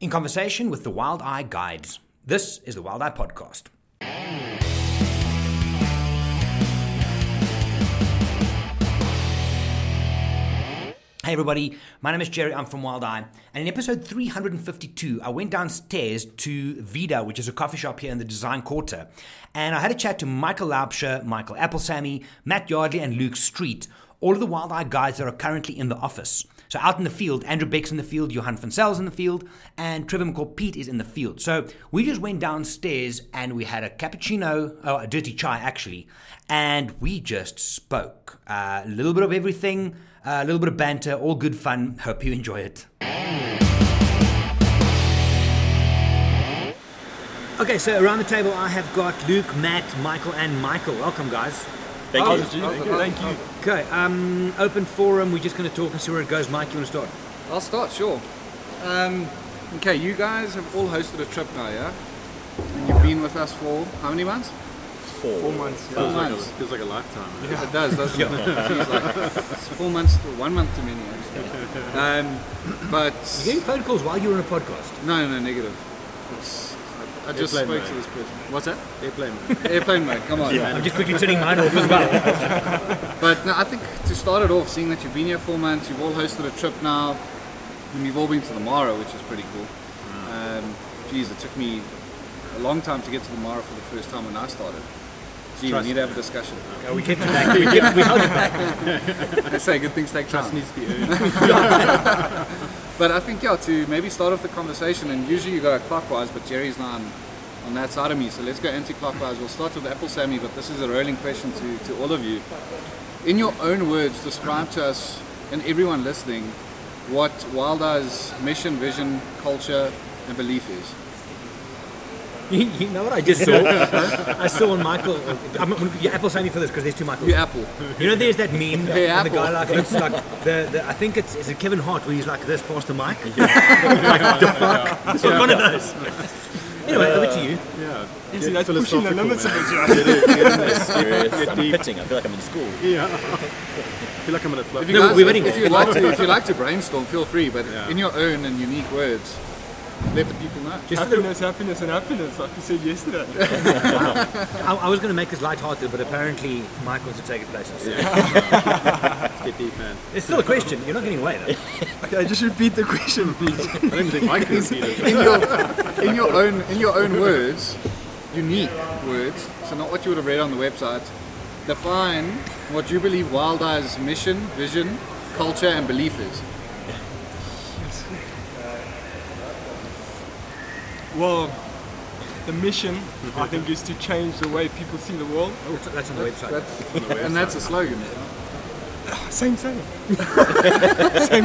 in conversation with the Wild Eye Guides. This is the Wild Eye Podcast. Hey everybody, my name is Jerry, I'm from Wild Eye, and in episode 352, I went downstairs to Vida, which is a coffee shop here in the Design Quarter, and I had a chat to Michael Laubscher, Michael Applesamy, Matt Yardley, and Luke Street, all of the Wild Eye guys that are currently in the office. So out in the field, Andrew Beck's in the field, Johan van Sel's in the field, and Trevor McCall Pete is in the field. So we just went downstairs and we had a cappuccino, oh, a dirty chai actually, and we just spoke. Uh, a little bit of everything, uh, a little bit of banter, all good fun. Hope you enjoy it. Okay, so around the table I have got Luke, Matt, Michael, and Michael. Welcome, guys. Thank Oh, you. thank you. Thank you. Oh, Thank you. Okay, um, open forum. We're just going to talk and see where it goes. Mike, you want to start? I'll start, sure. Um, okay, you guys have all hosted a trip now, yeah? And you've been with us for how many months? Four months. Four months. Feels like a lifetime. It does, doesn't it? Jeez, like, it's four months, to- one month too many, actually. Um, but. Getting phone calls while you're on a podcast. No, no, negative. It's- I I just Airplane spoke mode. to this person. What's that? Airplane. Airplane mode, come on. I'm just quickly turning mine off as well. But no, I think to start it off, seeing that you've been here four months, you've all hosted a trip now, and you've all been to the Mara, which is pretty cool. Um, geez, it took me a long time to get to the Mara for the first time when I started. Gee, Trust we need to have a discussion. we kept it back. We, kept, we held it back. They say good things take Trust time. needs to be earned. But I think, yeah, to maybe start off the conversation, and usually you go clockwise, but Jerry's not on, on that side of me, so let's go anti clockwise. We'll start with Apple Sammy, but this is a rolling question to, to all of you. In your own words, describe to us and everyone listening what Wild Eye's mission, vision, culture, and belief is. You, you know what I just saw? I saw on Michael. I'm, gonna- yeah, Apple signed me for this because there's two Michaels. You Apple. You know, there's that meme Hey, and the Apple. guy like looks like the, the I think it's is it Kevin Hart where he's like this past the mic. like the fuck. It's like one of those. Anyway, over to you. Yeah. See, that's pushing the limits a bit, yeah. serious. I'm pitching. I feel like I'm in school. Yeah. feel like I'm gonna fluff. If you No, guys- we're winning. if you'd like to, if you like to brainstorm, feel free. But Yeah. in your own and unique words, let the people know. Just for the- Happiness, happiness, and happiness, like you said yesterday. I, I was going to make this light-hearted, but apparently Michael's to take it places. Get deep, man. It's still a question. You're not getting away though. okay, just repeat the question, please. I don't think I can see it. in your in your own in your own words, unique words. So not what you would have read on the website. Define what you believe Wild Eye's mission, vision, culture, and belief is. Well, the mission, I think, is to change the way people see the world. Oh, it's- that's on the website. That's, and that's a slogan. Ah, Same, same. same,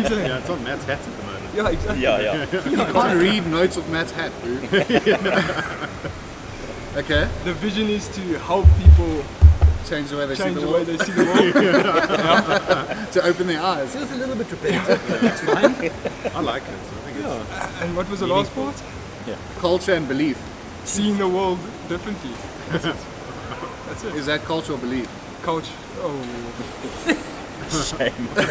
same. Yeah, it's on Matt's hat at the moment. Yeah, exactly. Yeah, yeah. You can't read notes of Matt's hat, dude. okay, The vision is to help people change the way they change see the the way world. they see the world. to open their eyes. Feels a little bit repetitive. but It's fine. I like it. I think it's and what was the last part? Culture and belief. Seeing the world differently. That's it. That's it. Is that culture or belief? Culture. Oh, Shame. this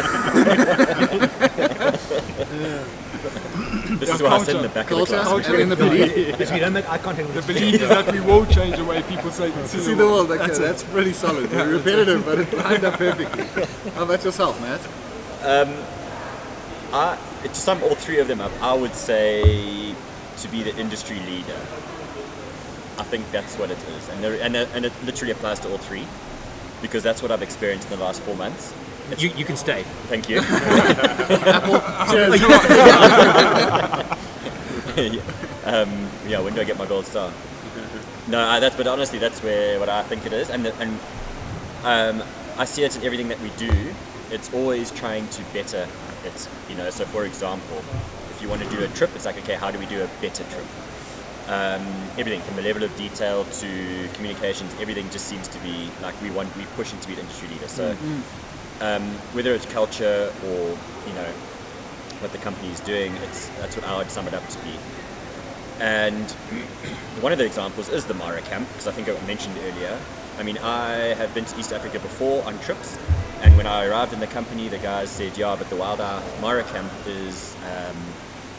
is Yeah, what I said in culture. the back Culture of the class. and in the belief. If you don't make eye contact the with belief is that we will change the way people say, see, See the world, okay, that's, pretty solid. repetitive, but it lined up perfectly. How about yourself, Matt? I, to sum all three of them up, I would say to be the industry leader. I think that's what it is, and there, and, it- and it literally applies to all three, because that's what I've experienced in the last four months. You, you can stay. Thank you. Yeah. um, yeah, when do I get my gold star? No, I, that's but honestly, that's where what I think it is, and the- and um, I see it in everything that we do. It's always trying to better it, you know. So, for example, if you want to do a trip, it's like, okay, how do we do a better trip? Um, everything from the level of detail to communications, everything just seems to be like we want, we push it to be the industry leader. So, um, whether it's culture or you know what the company is doing, it's that's what I would sum it up to be. And one of the examples is the Mara camp, because I think I mentioned earlier. I mean, I have been to East Africa before on trips, and when I arrived in the company, the guys said, "Yeah, but the Wild Eye Mara camp is um,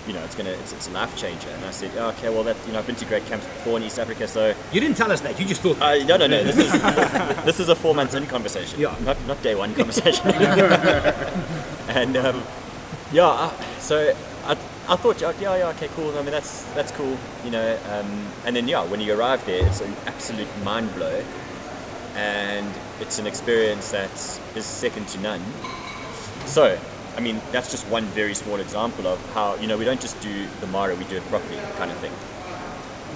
you know, it's gonna, it's, it's a life changer. And I said, "Oh, okay, well, that, you know, I've been to great camps before in East Africa, so You didn't tell us that. You just thought. uh, no, no, no. This is this is a four months in conversation. Yeah. Not not day one conversation. and um, yeah, I, so I, I thought yeah, yeah, yeah, okay, cool. I mean, that's that's cool, you know. Um, and then yeah, when you arrive there, it's an absolute mind blow, and it's an experience that is second to none. So. I mean, that's just one very small example of how, you know, we don't just do the Mara, we do it properly kind of thing.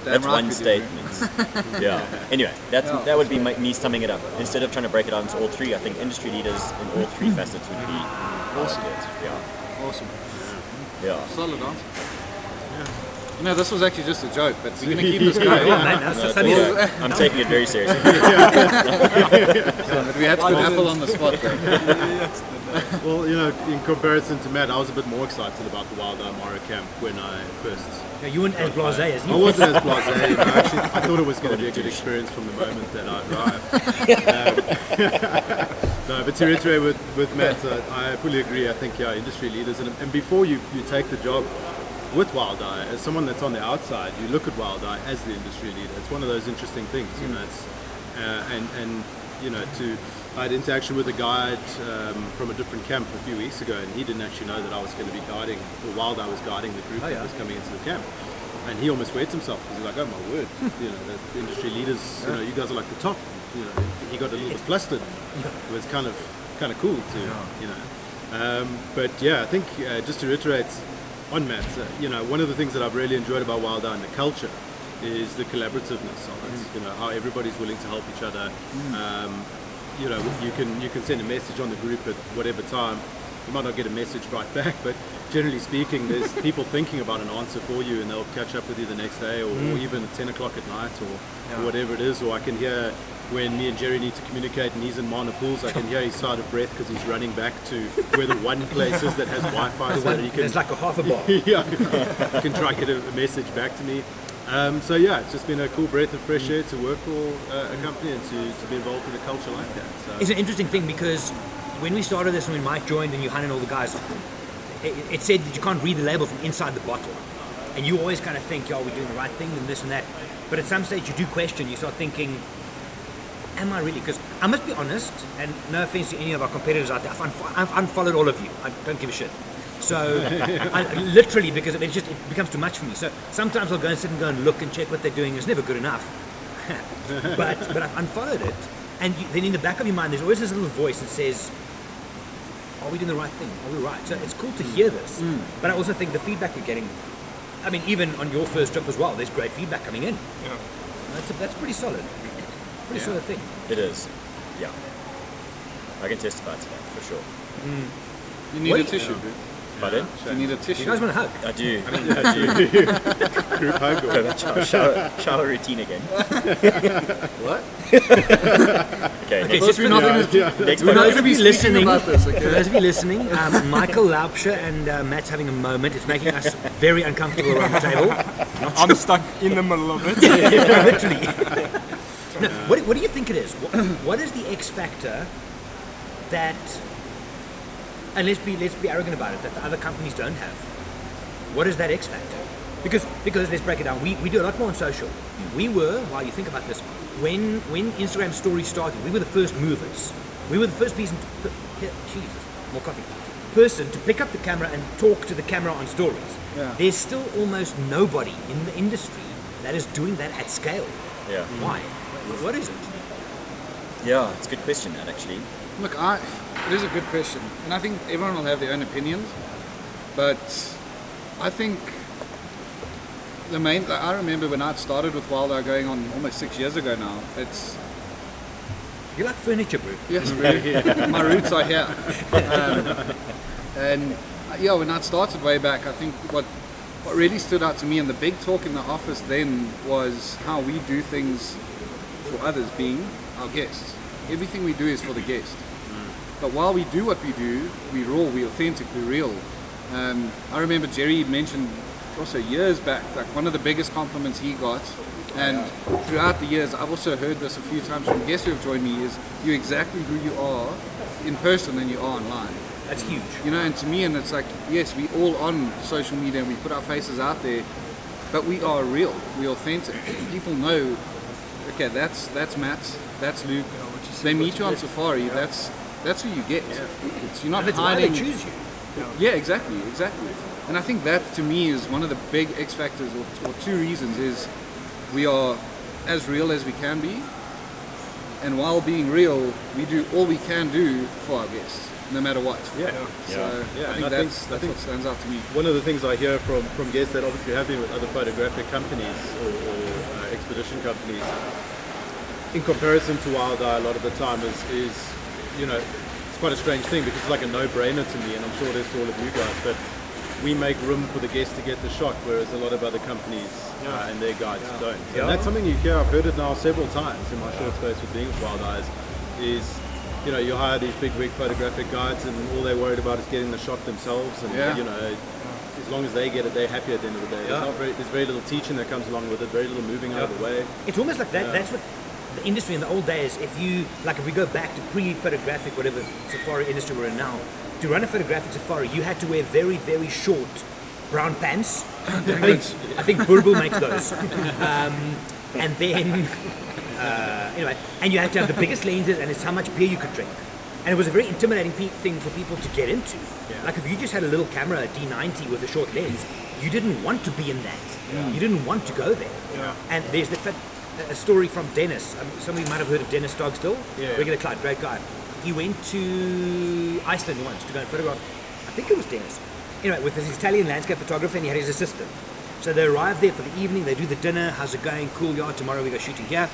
Damn That's right we one did, statement. yeah. Anyway, that's Yeah. that would be my, me summing it up. Instead of trying to break it down into all three, I think industry leaders in all three facets would be awesome. Yeah. bro. Awesome. Yeah. Solid answer. You know, this was actually just a joke, but we're going to keep this going. "Oh, That's, No, that's, it's all right. I'm taking it very seriously. But we had to put Apple on the spot, though. Well, you know, in comparison to Matt, I was a bit more excited about the Wild Eye Mara camp when I first yeah, you weren't as blasé as I you. wasn't as blasé. you know, actually, I thought it was going to be a good experience from the moment that I arrived. Um, no, but to reiterate with, with Matt, uh, I fully agree. I think, yeah, industry leaders, and, and before you, you take the job with Wild Eye, as someone that's on the outside, you look at Wild Eye as the industry leader. It's one of those interesting things, you know, it's, uh, and, and, you know, to, I had interaction with a guide um, from a different camp a few weeks ago, and he didn't actually know that I was going to be guiding, or Wild Eye was guiding the group that was coming into the camp and he almost wets himself because he's like, "Oh my word!" you know, the industry leaders, you know, you guys are like the top. You know, he got a little bit flustered. It was kind of kind of cool too, you know. Um, but yeah, I think uh, just to reiterate on Matt, uh, you know, one of the things that I've really enjoyed about Wild Eye and the culture is the collaborativeness of it. You know, how everybody's willing to help each other. Um, you know, you can you can send a message on the group at whatever time. You might not get a message right back, but generally speaking, there's people thinking about an answer for you, and they'll catch up with you the next day, or, or even at 10 o'clock at night, or, or whatever it is. Or I can hear when me and Jerry need to communicate, and he's in Mana Pools, I can hear he's out of breath because he's running back to where the one place is that has Wi-Fi, so that he can There's like a half a bar. yeah, you can try and get a message back to me. Um, so yeah, it's just been a cool breath of fresh air to work for uh, a company and to, to be involved in a culture like that. So It's an interesting thing because when we started this and when Mike joined and Johan and all the guys, it, it said that you can't read the label from inside the bottle. And you always kind of think, yeah, we're doing the right thing and this and that. But at some stage you do question, you start thinking, am I really? Because I must be honest, and no offense to any of our competitors out there, I've, unfo- I've unfollowed all of you. I don't give a shit. So I, literally, because it just it becomes too much for me. So sometimes I'll go and sit and go and look and check what they're doing. It's never good enough. but but I've unfollowed it, and you, then in the back of your mind, there's always this little voice that says, "Are we doing the right thing? Are we right?" So it's cool to hear this, Mm. but I also think the feedback we're getting. I mean, even on your first trip as well, there's great feedback coming in. Yeah. That's, a, that's pretty solid. Pretty solid thing. It is. Yeah. I can testify to that for sure. You need What a do you- tissue, bro. But then You need a You tissue. guys want to hug? I do. I do. group hug or- Shower- shower, shower routine again. What? Okay. Okay, Next, just for not the- gonna- yeah, yeah. next for podcast. those of you speaking listening, about this, okay? for those of you listening, um, Michael Laubscher and uh, Matt's having a moment. It's making us very uncomfortable around the table. I'm stuck in the middle of it. literally. no, what, what do you think it is? What, what is the X factor that, and let's be let's be arrogant about it, that the other companies don't have? What is that X factor? Because because let's break it down. We, we do a lot more on social. We were, while you think about this, when when Instagram stories started, we were the first movers. We were the first person. To, p- Jesus, more coffee. Person to pick up the camera and talk to the camera on stories. Yeah. There's still almost nobody in the industry that is doing that at scale. Yeah. Why? Wh- What is it? Yeah. It's a good question. That actually. Look, I, it is a good question, and I think everyone will have their own opinions. But I think the main. Like, I remember when I started with Wild Eye going on almost six years ago now. It's You like furniture, bro. yes, bro, my roots are here. Um, and uh, yeah, when I started way back, I think what what really stood out to me and the big talk in the office then was how we do things for others, being our guests. Everything we do is for the guest. But while we do what we do, we raw, we authentic, we real. Um, I remember Jerry mentioned also years back, like one of the biggest compliments he got, and throughout the years, I've also heard this a few times from guests who have joined me, is you're exactly who you are in person and you are online. That's huge. You know, and to me, and it's like, yes, we all on social media and we put our faces out there, but we are real, we authentic. People know, okay, that's that's Matt, that's Luke. they meet you on safari. That's that's who you get. It's, you're not That's why hiding. they choose you. Yeah, exactly, exactly. And I think that to me is one of the big X factors, or, or two reasons, is we are as real as we can be, and while being real, we do all we can do for our guests, no matter what. Yeah. So Yeah, I and think I think- that's, I that's think- what stands out to me. One of the things I hear from, from guests that obviously have been with other photographic companies or, or uh, expedition companies, in comparison to Wild Eye, a lot of the time is, is, you know, it's quite a strange thing because it's like a no-brainer to me, and I'm sure it is to all of you guys. But we make room for the guests to get the shot, whereas a lot of other companies uh, and their guides don't. So And that's something you hear. I've heard it now several times in my short space with being with Wild Eyes. Is you know you hire these big wig photographic guides, and all they're worried about is getting the shot themselves, and Yeah. you know. As long as they get it, they're happy at the end of the day. There's, not very, there's very little teaching that comes along with it, very little moving out of the way. It's almost like that. That's what the industry in the old days. If you like, if we go back to pre-photographic, whatever safari industry we're in now, to run a photographic safari, you had to wear very, very short brown pants. I think, I think Burbu makes those. Um, and then, uh, anyway, and you had to have the biggest lenses, and it's how much beer you could drink. And it was a very intimidating pe- thing for people to get into. Like if you just had a little camera, a D90 with a short lens, you didn't want to be in that. You didn't want to go there. Yeah. And there's the fact, a story from Dennis. Um, some of you might have heard of Dennis Dogstill, Yeah. regular client, great guy. He went to Iceland once to go and photograph. I think it was Dennis. Anyway, with this Italian landscape photographer, and he had his assistant. So they arrive there for the evening. They do the dinner. How's it going? Cool, yeah. Tomorrow we go shooting here.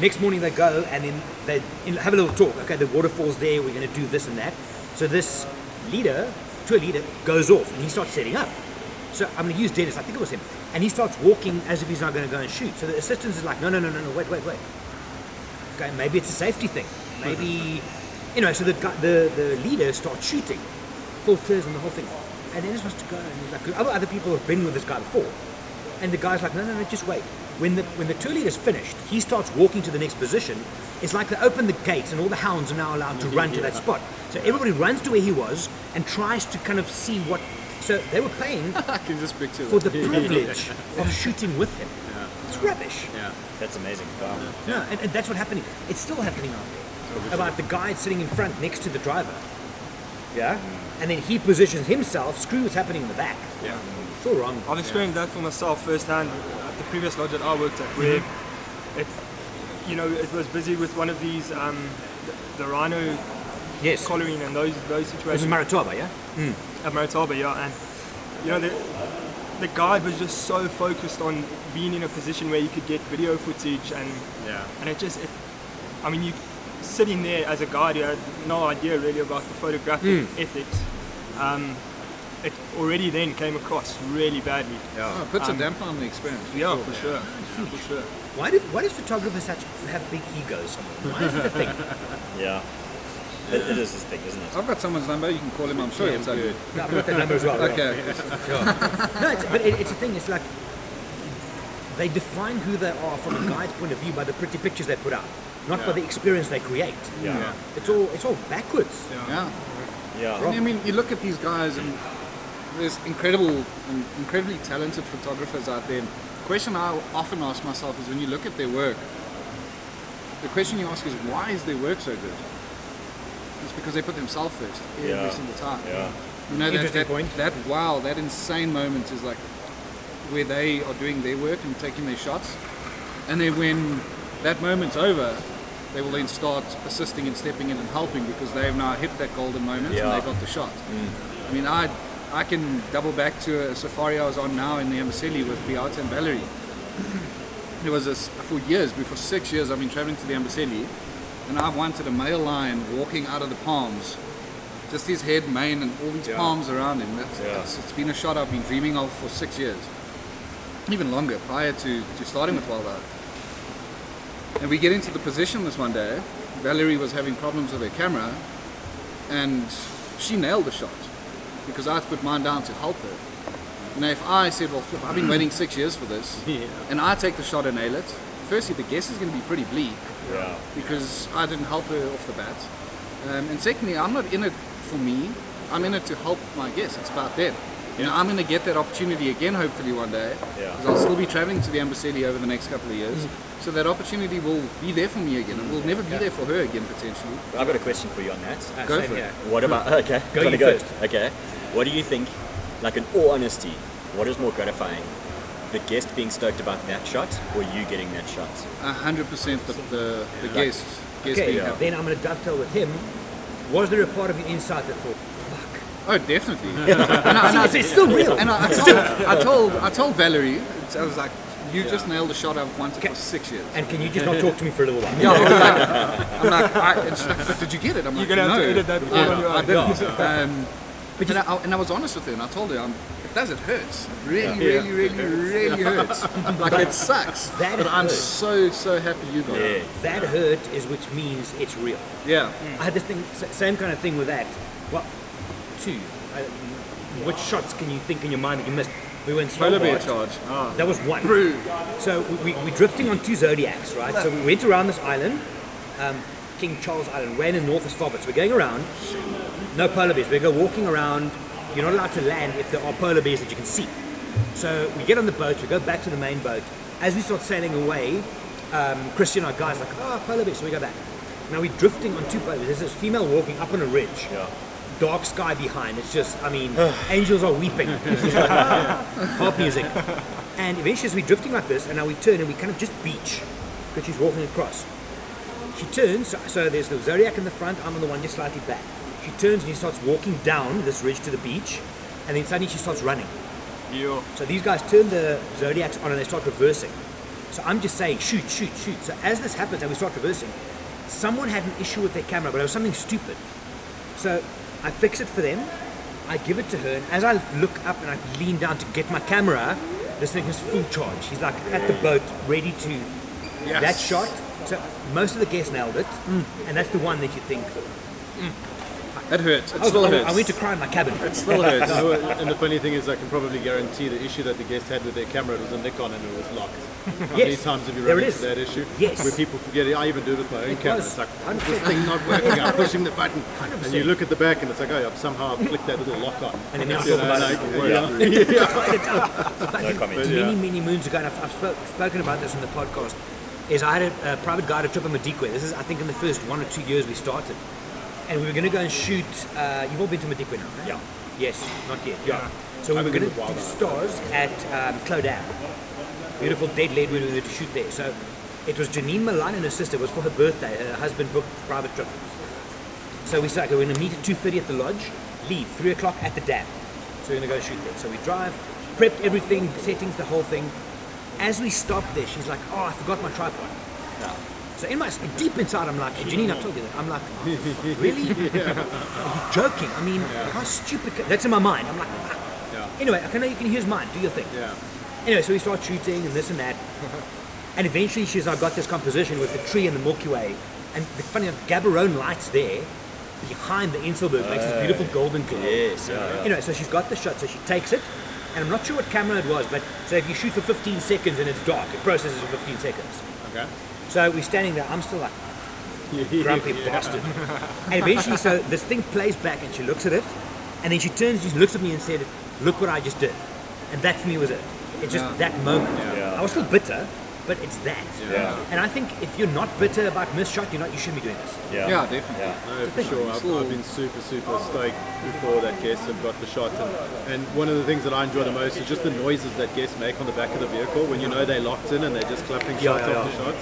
Next morning they go and then they in- have a little talk. Okay, the waterfall's there. We're going to do this and that. So this leader, tour leader, goes off and he starts setting up. So I'm going to use Dennis. I think it was him. And he starts walking as if he's not going to go and shoot. So the assistant is like, no, no, no, no, no, wait, wait, wait. Okay, maybe it's a safety thing. Maybe, you know. So the guy, the the leader starts shooting, filters and the whole thing. And Dennis wants to go. And he's like, 'cause other other people have been with this guy before. And the guy's like, no, no, no, just wait. When the when the tour leader's finished, he starts walking to the next position. It's like they open the gates and all the hounds are now allowed to Mm-hmm, run to that spot. So everybody runs to where he was and tries to kind of see what. So they were paying I can just picture for that. the privilege of shooting with him. It's rubbish. Yeah. That's amazing. Wow. Yeah, and, and that's what happening. It's still happening out there. About the guy sitting in front next to the driver. Yeah. And then he positions himself. Screw what's happening in the back. Yeah. It's all wrong. I've experienced that for myself firsthand at the previous lodge that I worked at, where it's you know it was busy with one of these um, the, the rhino Yes. This collaring and those those situations is Marataba, yeah. at Maritaba, yeah, and you know the the guide was just so focused on being in a position where you could get video footage and Yeah. and it just it, I mean you sitting there as a guide you had no idea really about the photographic ethics. Um, it already then came across really badly. Oh, it puts a damper on the experience. Yeah, for sure. For sure. Why do why does photographers such have big egos? Why is it a thing? Yeah. It, it is this thing, isn't it? I've got someone's number. You can call him. I'm sure he'll tell you. No, I've got that number as well. yeah. Okay. No, it's, but it, it's a thing. It's like they define who they are from a guide's point of view by the pretty pictures they put out, not by the experience they create. Yeah. Yeah. It's all it's all backwards. Yeah. Yeah. And I mean, you look at these guys, and there's incredible, and incredibly talented photographers out there. And the question I often ask myself is when you look at their work, the question you ask is why is their work so good? It's because they put themselves first every Yeah. single time. Yeah. You know, that, Interesting that, point. that wow, that insane moment is like where they are doing their work and taking their shots. And then when that moment's over, they will then start assisting and stepping in and helping because they have now hit that golden moment Yeah. and they got the shot. Mm. I mean, I I can double back to a safari I was on now in the Amboseli with Beata and Valerie. It was this for years, before six years, I've been traveling to the Amboseli, and I wanted a male lion walking out of the palms, just his head, mane, and all these palms around him. That's, Yeah. that's, it's been a shot I've been dreaming of for six years, even longer prior to, to starting with Wild Eye. And we get into the position this one day. Valerie was having problems with her camera, and she nailed the shot because I put mine down to help her. Now, if I said, "Well, flip, I've been waiting six years for this," and I take the shot and nail it, firstly, the guess is going to be pretty bleak Yeah. because I didn't help her off the bat, um, and secondly, I'm not in it for me. I'm in it to help my guests. It's about them. You know, I'm going to get that opportunity again, hopefully one day, Yeah. because I'll still be traveling to the Amboseli over the next couple of Mm. years. So that opportunity will be there for me again, and will never be there for her again potentially. I've got a question for you on that. Ah, Go same for it. here. What about okay? Go gotta you first. Okay. What do you think? Like in all honesty, what is more gratifying? The guest being stoked about that shot, or you getting that shot? A hundred percent the the, the guests guests Okay, being happy. then I'm going to dovetail with him. Was there a part of your insight that thought, fuck? Oh, definitely. and I, and I- It's, it's still real. and I, I, told, I told I told Valerie, I was like, you just nailed the shot I've wanted Okay. for six years. And can you just not talk to me for a little while? Yeah, I was like, I'm like, I, and she's like, but did you get it? I'm You're like, gonna have no, to edit that I, all on your I own." didn't. Um, but and, I, and I was honest with her, and I told her, i it does, it hurts. It Really, really, really, really hurts. Like it sucks. That but I'm hurts. so, so happy you got it. That hurt is which means it's real. Yeah. I had this thing, s- same kind of thing with that. Well, two. I, which shots can you think in your mind that you missed? We went Polar bear snowboard. charge. Ah. That was one. Brew. So we, we, we're drifting on two zodiacs, right? So we went around this island, um, King Charles Island, ran in north as far, but we're going around. No polar bears. We go walking around. You're not allowed to land if there are polar bears that you can see. So we get on the boat. We go back to the main boat. As we start sailing away, um, Christian, our guy's like, "Oh, polar bears!" So we go back. Now we're drifting on two polar bears. There's this female walking up on a ridge. Yeah. Dark sky behind. It's just, I mean, angels are weeping. It's like, ah, Harp music. And eventually, as we're drifting like this, and now we turn and we kind of just beach because she's walking across. She turns, so, so there's the zodiac in the front, I'm on the one just slightly back. She turns and she starts walking down this ridge to the beach, and then suddenly she starts running. Yo. So these guys turn the zodiacs on and they start reversing. So I'm just saying, shoot, shoot, shoot. So as this happens and we start reversing, someone had an issue with their camera, but it was something stupid. So I fix it for them. I give it to her, and as I look up and I lean down to get my camera, this thing is full charge. She's like at the boat, ready to that shot. So most of the guests nailed it, and that's the one that you think. That hurts. Oh, It I, was, still I, hurts. I went to cry in my cabin. Still hurts. No, and the funny thing is, I can probably guarantee the issue that the guest had with their camera was a Nikon and it was locked. How many Yes. times have you There run it into is. that issue? Yes. Where people forget it. I even do it with my own It camera. was. It's like, "Why is 100%. this thing not working? I'm pushing the button. And 100%. you look at the back and it's like, oh, I've somehow flicked that little lock on. And then now You talk know, about it. like, yeah. No comment. Yeah. many, many moons ago, and I've, I've spoke, spoken about this on the podcast, is I had a, a private guide, a trip on Madikwe. This is, I think, in the first one or two years we started. And we were going to go and shoot. Uh, you've all been to Madikwe now, right? Yeah. Yes, not yet. Yeah. So we I've were been going with to do Wildlife. stars at um, Clodagh. Beautiful dead lead we were to shoot there. So it was Janine Milan and her sister. It was for her birthday. Her husband booked a private trip. So we said, okay, we're going to meet at 2.30 at the lodge, leave 3 o'clock at the dam. So we're going to go shoot there. So we drive, prep everything, settings, the whole thing. As we stop there, she's like, oh, I forgot my tripod. So in my, deep inside, I'm like, hey, Janine, I told you that. I'm like, oh, fuck, really? Are you joking? I mean, how stupid. ca- That's in my mind. I'm like, fuck. Anyway, I can know you can hear his mind. Do your thing. Yeah. Anyway, so we start shooting and this and that. And eventually she's I got this composition with the tree and the Milky Way. And the funny enough, Gaborone lights there behind the Inselberg makes this beautiful golden glow. Yes. Yeah. Anyway, so she's got the shot, so she takes it. And I'm not sure what camera it was, but so if you shoot for 15 seconds and it's dark, it processes for 15 seconds. Okay. So we're standing there, I'm still like, grumpy bastard. And eventually, so this thing plays back, and she looks at it, and then she turns, she looks at me and said, "Look what I just did," and that for me was it. It's just that moment. Yeah. I was still bitter, but it's that. Yeah. And I think if you're not bitter about missed shot, you're not. You shouldn't be doing this. Yeah. Yeah, definitely. Yeah. No, for sure. I've, I've been super, super stoked before that guests have got the shot. And, and one of the things that I enjoy the most is just the noises that guests make on the back of the vehicle when you know they're locked in and they're just clapping Yeah, shots yeah, after shots.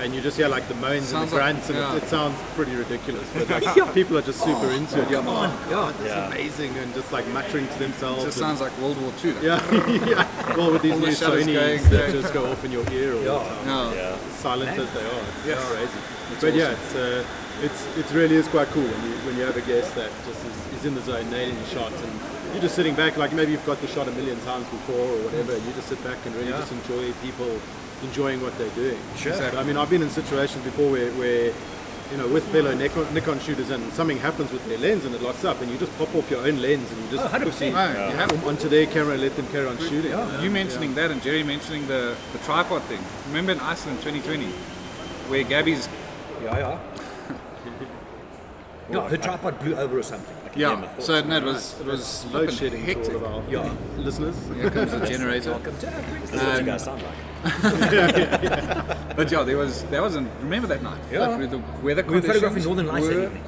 And you just hear like the moans Sounds and the like- grunts, and yeah. it, it sounds pretty ridiculous. But like, Yeah. people are just super into it. Yeah, Oh, oh, God. that's amazing, and just like muttering to It themselves. just and- sounds like World War II. yeah, yeah. Well, with these All new the shutters Sony's going, that yeah. just go off in your ear all the Yeah. time No. Yeah. silent Man. as they are. It's crazy. but yeah, it's, uh, it's it really is quite cool when you when you have a guest that just is, is in the zone nailing the shot and you're just sitting back like maybe you've got the shot a million times before or whatever. You just sit back and really just enjoy people enjoying what they're doing. Sure. I mean, I've been in situations before where, where you know, with fellow Nikon, Nikon shooters, and something happens with their lens and it locks up, and you just pop off your own lens and you Oh, just 100%. No, you have put onto their camera and let them carry on shooting. You mentioning that and Jerry mentioning the, the tripod thing. Remember in Iceland 2020, where Gabby's Yeah, yeah. No, her tripod blew over or something. I can hear Yeah. them at So four. no, it was it was Load flipping shedding to hectic. all of our yeah, listeners. Here comes the generator. This is what you guys sound like. But yeah, there was that wasn't. Remember that night? Yeah. Like, with the weather We were conditions photographing Northern Lights that were evening.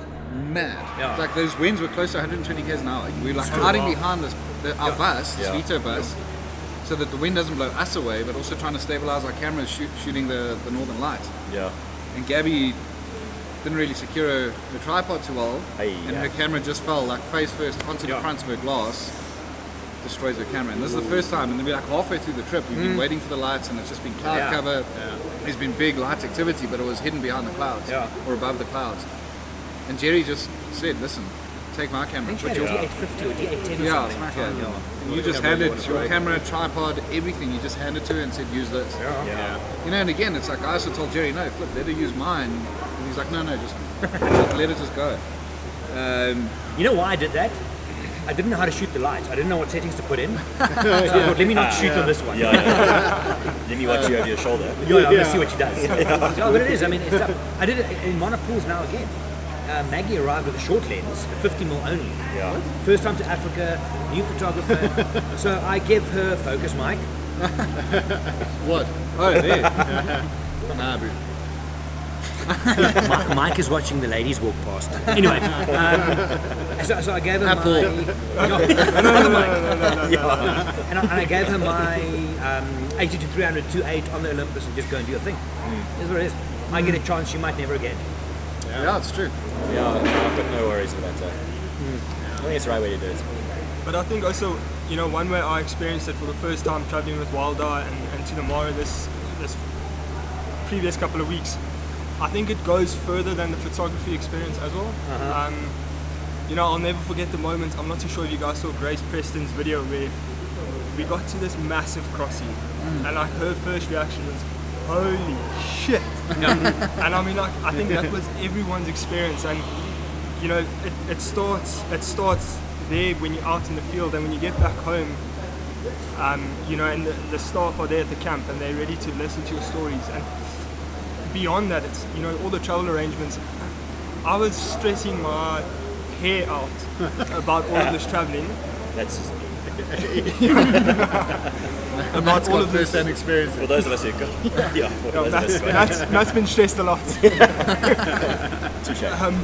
Mad. Yeah. It's like those winds were close to 120 k's an hour. We were like hiding wild. behind this the, our bus, this Yeah. Vito bus, so that the wind doesn't blow us away, but also trying to stabilize our cameras shoot, shooting the, the Northern Lights. Yeah. And Gabby didn't really secure her, her tripod too well, Hey, and yeah. her camera just fell like face first onto the front of her glass. Destroys her camera, and this is the first time. And then we're like halfway through the trip, we've been waiting for the lights, and it's just been cloud Mm. Yeah. cover. There's been big light activity, but it was hidden behind the clouds Yeah. or above the clouds. And Jerry just said, "Listen, take my camera, put your D850 or D810 or yeah, something. smack it. And Not you a just camera you handed wanna your break. camera, tripod, everything. You just handed to her and said, use this. Yeah. You know, and again, it's like I also told Jerry, no, flip, let her use mine. And he's like, no, no, just let let her just go. Um, You know why I did that? I didn't know how to shoot the lights. I didn't know what settings to put in. So I thought, let me not shoot on this one. Yeah, yeah. Let me watch you over your shoulder. Yeah, I'm gonna Yeah. see what she does. Yeah, but it is. I mean, it's tough. I did it in monopools now again. Uh, Maggie arrived with a short lens, a 50 mil only. Yeah. First time to Africa, new photographer. so I give her focus mic. what? Oh, there. nah, bro. Mi- Mike is watching the ladies walk past. Anyway, um, so, so I gave her Apple. my. No, no, no, no, And, I, and I gave her my um, 80 to 300 28 on the Olympus and just go and do your thing. That's what it is. I get a chance, she might never again. Yeah. it's true. Yeah, I've got no worries with that. So. I think it's the right way to do it. But I think also, you know, one way I experienced it for the first time traveling with Wild Eye and, and to Namara this this previous couple of weeks, I think it goes further than the photography experience as well. Um, you know, I'll never forget the moment. I'm not too sure if you guys saw Grace Preston's video where we got to this massive crossing, and like her first reaction was, "Holy shit!" and I mean, like, I think that was everyone's experience, and you know, it, it starts it starts there when you're out in the field, and when you get back home, um, you know, and the, the staff are there at the camp, and they're ready to listen to your stories. And beyond that, it's you know all the travel arrangements. I was stressing my hair out about all of this traveling. That's just me. And that's all all of of this- first-hand experience. For those of us who got, yeah, for those of us That's, who got that's, that's been stressed a lot. touche.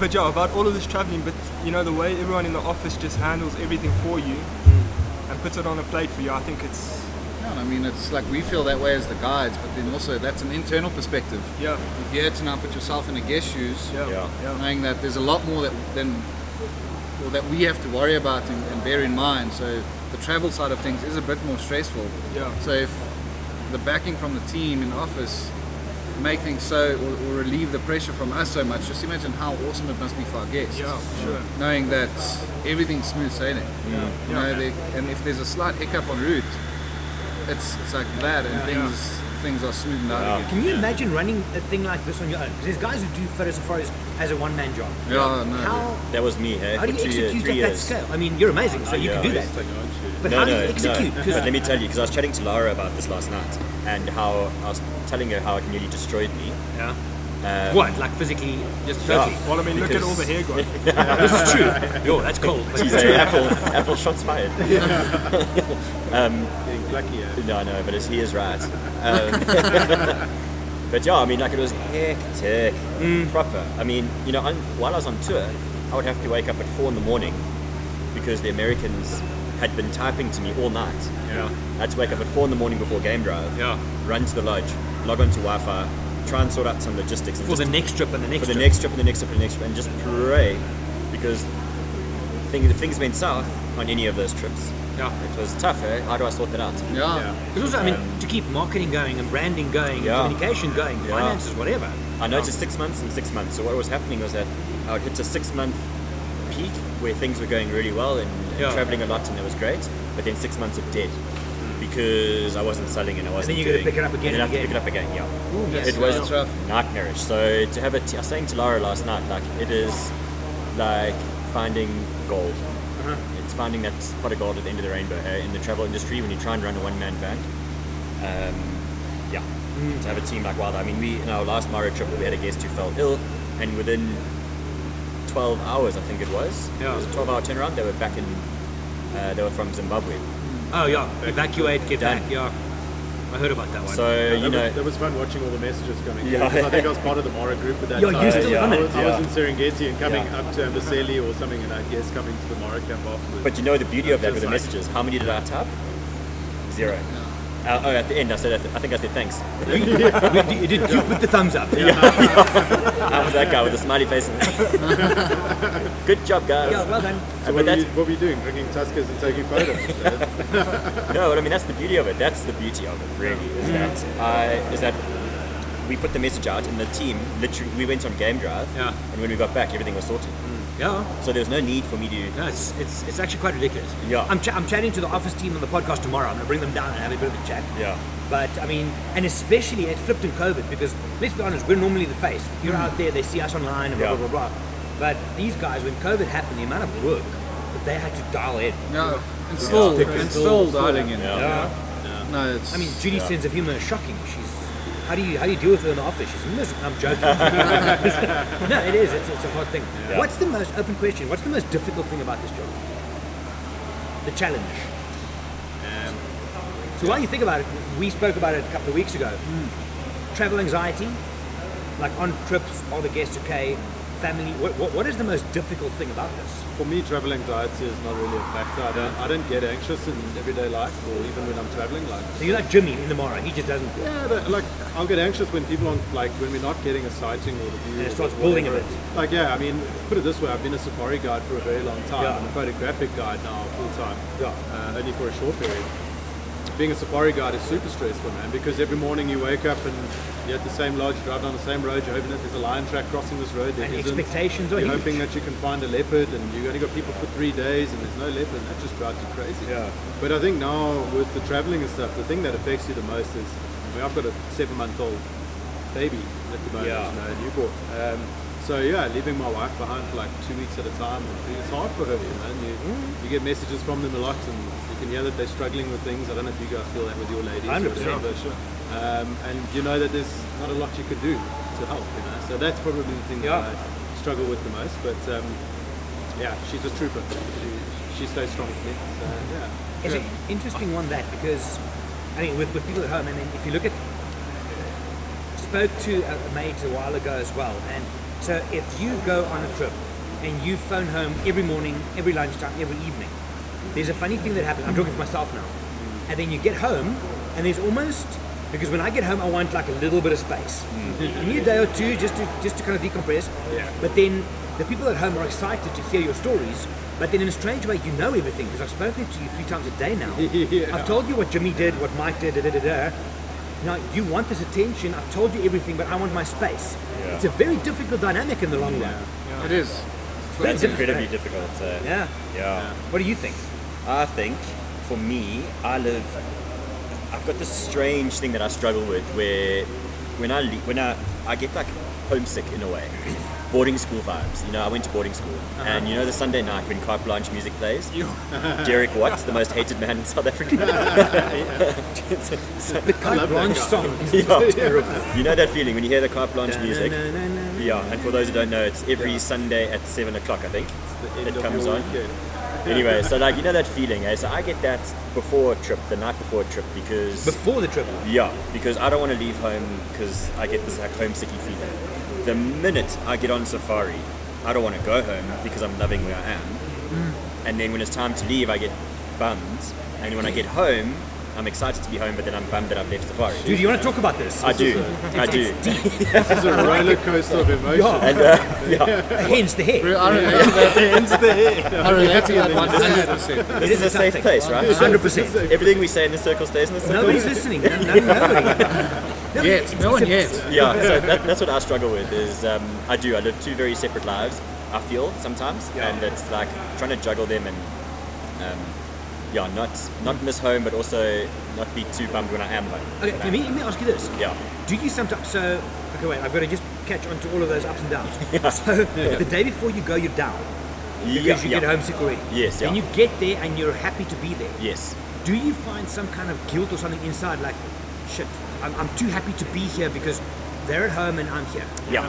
But yeah, about all of this traveling, but you know, the way everyone in the office just handles everything for you and puts it on a plate for you, I think it's, No, I mean, it's like we feel that way as the guides, but then also that's an internal perspective. yeah, If you had to now put yourself in the guest shoes, yeah, Yeah. yeah. knowing that there's a lot more that than or that we have to worry about and, and bear in mind. So the travel side of things is a bit more stressful. Yeah. So if the backing from the team in office make things so or, or relieve the pressure from us so much, just imagine how awesome it must be for our guests. Yeah, sure. Knowing that everything's smooth sailing. Mm. You know, Yeah. they, and if there's a slight hiccup en route, it's, it's like that, and things things are smoothened out again. Can you imagine running a thing like this on your own? 'Cause there's guys who do photo safaris as a one man job. Yeah, no. How, that was me, hey, how do for you two years, execute at three that years. scale? I mean, you're amazing, so you yeah, can do that. it's But no, how no, do you execute? no. 'Cause- But let me tell you, because I was chatting to Lara about this last night, and how I was telling her how it nearly destroyed me. Yeah. what? Like physically, just Yeah. totally. Well, I mean, look at Because- all the hair growth. This is true. Yo, that's cold. But She's a Apple, Apple shots fired. Getting lucky, yeah. No, no, but it's, he is right. Um, but yeah, I mean, like it was hectic, Mm. proper. I mean, you know, on, while I was on tour, I would have to wake up at four in the morning because the Americans had been typing to me all night. Yeah. I had to wake up at four in the morning before game drive. Yeah. Run to the lodge, log on to Wi-Fi, try and sort out some logistics and for just the next trip and the next for the trip. next trip and the next trip and the next trip, and just pray because thing, if things went south on any of those trips, yeah. it was tough. Eh? How do I sort that out? yeah. Yeah. Because also, I mean, to keep marketing going and branding going, Yeah. and communication going, Yeah. finances, whatever. I noticed six months and six months. So what was happening was that I would hit a six month peak where things were going really well and, and Yeah. traveling a lot and it was great. But then six months of dead because I wasn't selling and I wasn't. you gotta doing- pick it up again And then I and have to pick again. it up again. Yeah, yes, it was that's rough. nightmarish. So to have it, I was saying to Lara last night, like it is like finding gold. Uh-huh. It's finding that spot of gold at the end of the rainbow eh? in the travel industry when you try and run a one man band. Um, yeah, Mm. to have a team like Wild. I mean, we in our last Mario trip, we had a guest who fell ill, and within 12 hours, I think it was. Yeah. It was a 12 hour turnaround. They were back in, uh, they were from Zimbabwe. Oh yeah, evacuate, get Done. back. Yeah, I heard about that one. So, you that, know, was, that was fun watching all the messages coming. Yeah. Yeah. I think I was part of the Mara group at that Yo, time. you're still Yeah. on I, it. was, I was Yeah. in Serengeti and coming Yeah. up to Amboseli or something, and I guess coming to the Mara camp afterwards. But uh, you know the beauty of that Just with the like- messages. How many did I tap? Zero. Uh, oh, at the end I said, I, th- I think I said thanks. You did- you, did- you put the thumbs up. I was that guy with the smiley face. Good job, guys. Yeah, well done. Uh, so but what, were that's you, what were you doing? Drinking Tuskers and taking photos? no, but I mean that's the beauty of it. That's the beauty of it, really, is that I is that we put the message out, and the team literally we went on game drive, Yeah. and when we got back, everything was sorted. Yeah, So there was no need for me to. no, it's, it's it's actually quite ridiculous. Yeah. I'm, ch- I'm chatting to the office team on the podcast tomorrow. I'm gonna bring them down and have a bit of a chat. Yeah. But I mean, and especially at flipped in COVID, because let's be honest, we're normally the face. You're out there, they see us online, and blah Yeah. blah blah blah. But these guys, when COVID happened, the amount of work that they had to dial in. No, and still, Thick and and still tall. dialing in. Yeah. No, it's. I mean, Judy's sense of humor is shocking. She's how do you how do you deal with her in the office? She's miserable. I'm joking. no, it is. It's, it's a hard thing. Yeah. What's the most open question? What's the most difficult thing about this job? The challenge. so while you think about it, we spoke about it a couple of weeks ago. Travel anxiety, like on trips, are the guests okay? Family. What, what, what is the most difficult thing about this? For me, travel anxiety is not really a factor. I don't, I don't get anxious in everyday life or even when I'm traveling. Like, So you're like Jimmy in the morning. He just doesn't. Yeah, but like I'll get anxious when people aren't like when we're not getting a sighting or the view. And it or starts whatever. building a bit. Like yeah, I mean, put it this way: I've been a safari guide for a very long time. Yeah. I'm a photographic guide now full time. Yeah. Uh, only for a short period. Being a safari guide is super stressful, man, because every morning you wake up and you're at the same lodge, you drive down the same road, you're hoping that there's a lion track crossing this road. There And isn't. expectations are You're huge. hoping that you can find a leopard, and you've only got people for three days, and there's no leopard, and that just drives you crazy. Yeah. But I think now with the traveling and stuff, the thing that affects you the most is I mean, I've got a seven-month-old baby at the moment, Yeah. you know, a newborn. Um, so yeah, leaving my wife behind for like two weeks at a time, and it's hard for her. You know, and you, Mm. you get messages from them a lot, and you can hear that they're struggling with things. I don't know if you guys feel that with your ladies. or 100%. whatever, sure. Um, and you know that there's not a lot you can do to help. You know, so that's probably the thing Yeah. that I struggle with the most. But um, yeah, she's a trooper. She, she stays strong with me. So yeah. It's an interesting one that because I mean with, with people at home I mean if you look at spoke to a a mate a while ago as well and so if you go on a trip and you phone home every morning, every lunchtime, every evening, there's a funny thing that happens. I'm talking to myself now. And then you get home and there's almost because when I get home I want like a little bit of space. You need a day or two just to just to kind of decompress. Mm. Yeah. But then the people at home are excited to hear your stories, but then in a strange way, you know everything because I've spoken to you three times a day now. Yeah. I've told you what Jimmy did, what Mike did, da da da da. Now you want this attention. I've told you everything, but I want my space. It's a very difficult dynamic in the long run. it is. That's incredibly difficult. Uh, Yeah. yeah. What do you think? I think for me, I live. I've got this strange thing that I struggle with, where when I le- when I I get like homesick in a way, boarding school vibes. You know, I went to boarding school, and you know the Sunday night when Carte Blanche music plays. Derek Watts, the most hated man in South Africa. The Carte Blanche song is Yeah. terrible. you know that feeling when you hear the Carte Blanche music. Da-na-na-na-na. Yeah, and for those who don't know, it's every Sunday at seven o'clock, I think. The end It of comes your on. weekend. Anyway, so like you know that feeling, eh? So I get that before a trip, the night before a trip, because Before the triple. Yeah, because I don't want to leave home because I get this like homesicky feeling. The minute I get on safari, I don't want to go home because I'm loving where I am. And then when it's time to leave, I get bummed. And when I get home, I'm excited to be home, but then I'm bummed that I've left safari. Dude, you want to talk about this? I do, I do. It's a roller coaster of emotion. Yeah. And uh, yeah, Hence the hair. I relate to that. I relate to that 100%. this is a tough safe thing. place, right? 100%. Everything we say in the circle stays in the circle. Nobody's listening. No, no, nobody. No, Yet, no one yet. yeah, so that, that's what I struggle with. Is um, I do. I live two very separate lives. I feel sometimes, and it's like trying to juggle them and um, yeah, not not miss home, but also not be too bummed when I am home. Okay, let me, let me ask you this. Yeah. Do you sometimes so? Okay, wait. I've got to just catch on to all of those ups and downs. So the day before you go, you're down because yeah, you yeah. get homesick already. Yes, And yeah. you get there and you're happy to be there. Yes. Do you find some kind of guilt or something inside, like, shit, I'm, I'm too happy to be here because they're at home and I'm here. Yeah.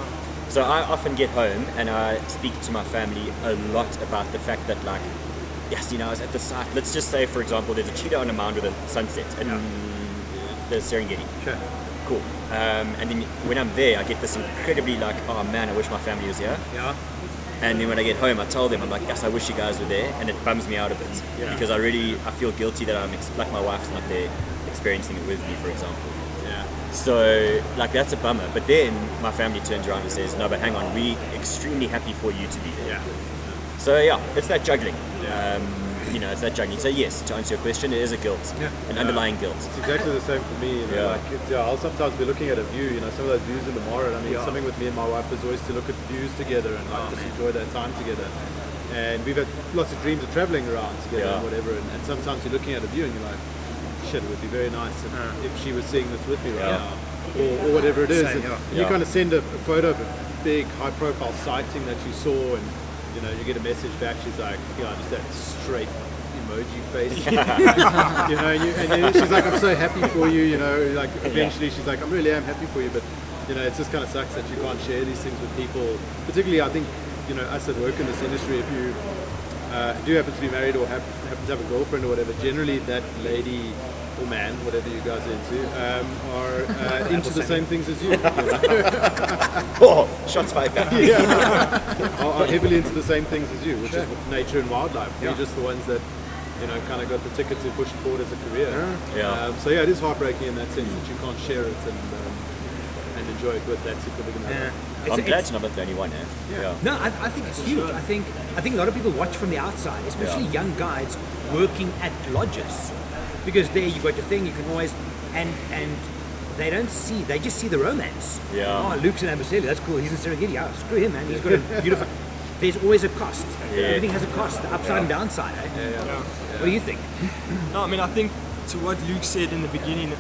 So I often get home and I speak to my family a lot about the fact that like, yes, you know, I was at the site. Let's just say, for example, there's a cheetah on a mound with a sunset and the Serengeti. Sure. Cool. Um, and then when I'm there, I get this incredibly like, oh man, I wish my family was here. Yeah. And then when I get home, I tell them, I'm like, yes, I wish you guys were there, and it bums me out a bit Yeah. because I really I feel guilty that I'm ex- like my wife's not there experiencing it with me, for example. Yeah. So like that's a bummer. But then my family turns around and says, no, but hang on, we extremely happy for you to be there. Yeah. So yeah, it's that juggling. Yeah. Um, you know, it's that juggling. So yes, to answer your question, it is a guilt, Yeah. an underlying guilt. It's exactly the same for me. You know, Yeah. Like, it, yeah, I'll sometimes be looking at a view. You know, some of those views in the morrow. I mean, it's something with me and my wife is always to look at views together and Oh, like just enjoy that time together. And we've had lots of dreams of traveling around together Yeah. and whatever. And, and sometimes you're looking at a view and you're like, shit, it would be very nice if, if she was seeing this with me right Yeah. now. Or, or whatever it is. Same, And yeah. You Yeah. kind of send a, a photo of a big high profile sighting that you saw and you know, you get a message back, she's like, yeah, just that straight emoji face you know, and, you, and you- she's like, I'm so happy for you, you know, like eventually she's like, I really am happy for you, but you know, it just kind of sucks that you can't share these things with people. Particularly, I think, you know, us that work in this industry, if you uh, do happen to be married or have, happen to have a girlfriend or whatever, generally that lady or man, whatever you guys are into, um, are uh, into the same things as you. you know. Oh, shots fired back. are, are heavily into the same things as you, which is nature and wildlife. We're just the ones that, you know, kind of got the ticket to push it forward as a career. Yeah. Um, so yeah, Mm. it is heartbreaking in that sense that you can't share it and um, and enjoy it with that significant other. I'm It's- glad it's- to know I'm not the only one. Yeah. yeah. No, I, I think it's huge. I think I think a lot of people watch from the outside, especially Yeah. young guides working at lodges, because there you got your thing. You can always and and they don't see. They just see the romance. Yeah. Oh, Luke's in Amboseli. That's cool. He's in Serengeti. Oh, screw him, man. He's got a beautiful. There's always a cost. Yeah. Everything has a cost. The upside and downside. Eh? Yeah. What do you think? No, I mean, I think to what Luke said in the beginning,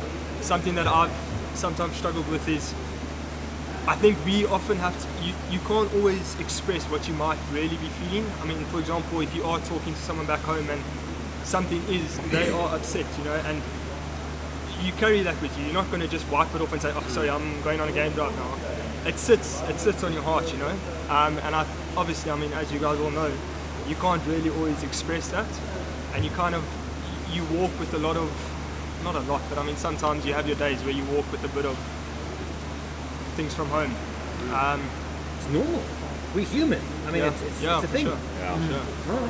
something that I've sometimes struggled with is I think we often have to, you, you can't always express what you might really be feeling. I mean, for example, if you are talking to someone back home and something is, they are upset, you know, and you carry that with you. You're not going to just wipe it off and say, "Oh, sorry, I'm going on a game drive now." It sits, it sits on your heart, you know. Um, and I, obviously, I mean, as you guys all know, you can't really always express that, and you kind of you walk with a lot of, not a lot, but I mean, sometimes you have your days where you walk with a bit of things from home. Um, It's normal. We're human. I mean, yeah, it's, it's, yeah, it's a for thing. Sure. Sure.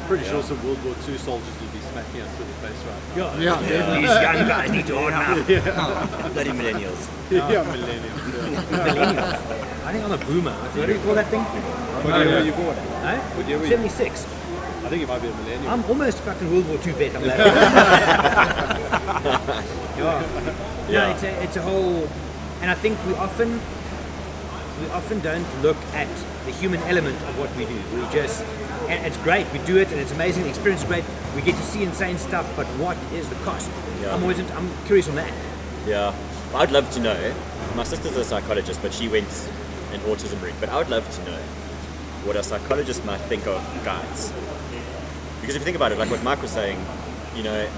I'm pretty sure some World War II soldiers would be smacking us in the face right now. Yeah, definitely. These young guys need to own up. Bloody millennials. Yeah, millennials. Yeah. I think I'm a boomer. What do you call that thing? What year were you born? Eh? What year were you? 76. I think you might be a millennial. I'm almost fucking World War II vet. I'm that. yeah. No, it's a, it's a whole, and I think we often we often don't look at the human element of what we do. We just and it's great. We do it, and it's amazing. The experience is great. We get to see insane stuff, but what is the cost? Yeah. I'm always int- I'm curious on that. Yeah, I'd love to know. My sister's a psychologist, but she went an autism route. But I would love to know what a psychologist might think of guides. Because if you think about it, like what Mike was saying, you know,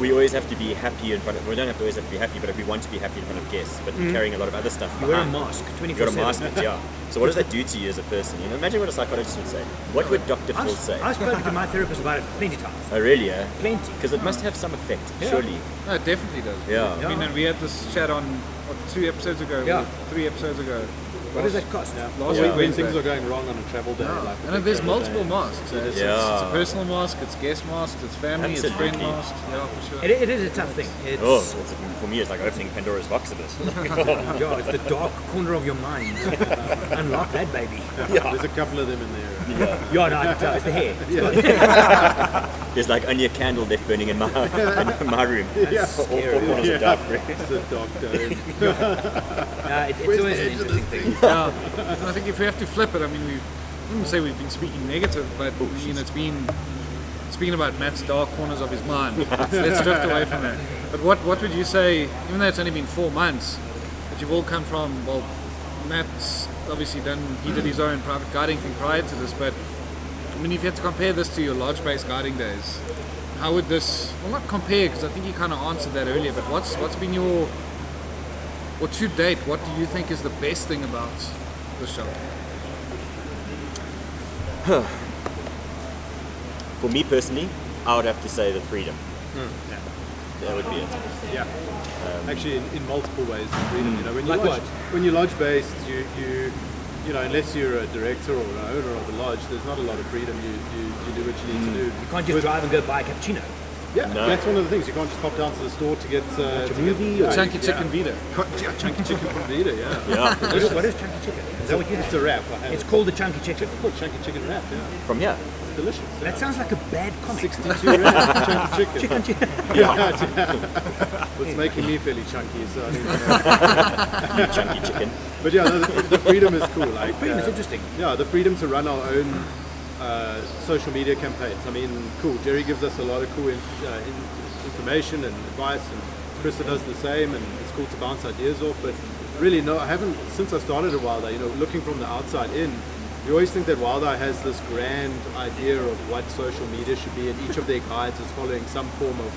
we always have to be happy in front of. We don't have to always have to be happy, but if we want to be happy in front of guests, but carrying a lot of other stuff. Mm. You wear a behind. mask Uh-huh. You 24 got a mask, it, yeah. So what does that do to you as a person? You know, imagine what a psychologist would say. What would Doctor Phil I've, say? I've spoken to my therapist about it plenty of times. Oh, really? Yeah. Plenty. Because it must have some effect, Yeah. surely. No, it definitely does. Yeah. I mean, and we had this chat on what, two episodes ago, Yeah. or three episodes ago. What does that cost? Last Yeah. week When Wednesday. things are going wrong on a travel day, like a And big there's travel multiple day. masks. It's, it's- it's, Yeah. a personal mask, it's guest masks, it's family, it's friend Absolutely. masks. Yeah, for sure. It, it is a tough thing. It's, Oh, it's, for me, it's like opening Pandora's box a bit. Yeah, it's the dark corner of your mind. Unlock that baby. There's a couple of them in there. Yeah, no, it's, uh, it's the hair. There's like only a candle left burning in my in my room. Yeah. All four corners Yeah. are dark. grey. It's a doctor. Uh, it, it's always an interesting thing. And I think if we have to flip it, I mean, we I wouldn't say we've been speaking negative, but I mean, it's been speaking about Matt's dark corners of his mind. Let's drift away from that. But what what would you say, even though it's only been four months, that you've all come from? Well, Matt's obviously done. He did his own private guiding thing prior to this, but I mean, if you had to compare this to your lodge-based guiding days, how would this? Well, not compare because I think you kind of answered that earlier. But what's what's been your Or to date, what do you think is the best thing about the show? For me personally, I would have to say the freedom. Yeah. That would be it. Yeah. Actually, in, in multiple ways. Freedom, You know, when you Like lodge, what? when you're lodge based, you, you you know, unless you're a director or an owner of a lodge, there's not a lot of freedom. You you, you do what you need to do. You can't just With- drive and go buy a cappuccino. Yeah, No. that's one of the things. You can't just pop down to the store to get uh, to movie get, or- Chunky Chicken Vita. Yeah, chunky chicken from Vita. Yeah. Yeah, What is, what is chunky chicken? Is that what you It's have? a wrap. I have It's it. called the chunky chicken. It's called chunky chicken wrap. Yeah, from here. it's delicious. That sounds like a bad comic. Sixty-two rand chunky chicken. Chicken chicken. Yeah, it's making me fairly chunky. So, I think, You chunky chicken. but yeah, no, the, the freedom is cool. Like, Freedom is uh, interesting. Yeah, the freedom to run our own uh, social media campaigns. I mean, cool. Jerry gives us a lot of cool in, uh, in, information and advice, and Krista does the same. And it's cool to bounce ideas off. But really, no, I haven't since I started a Wild Eye. You know, looking from the outside in, you always think that Wild Eye has this grand idea of what social media should be, and each of their guides is following some form of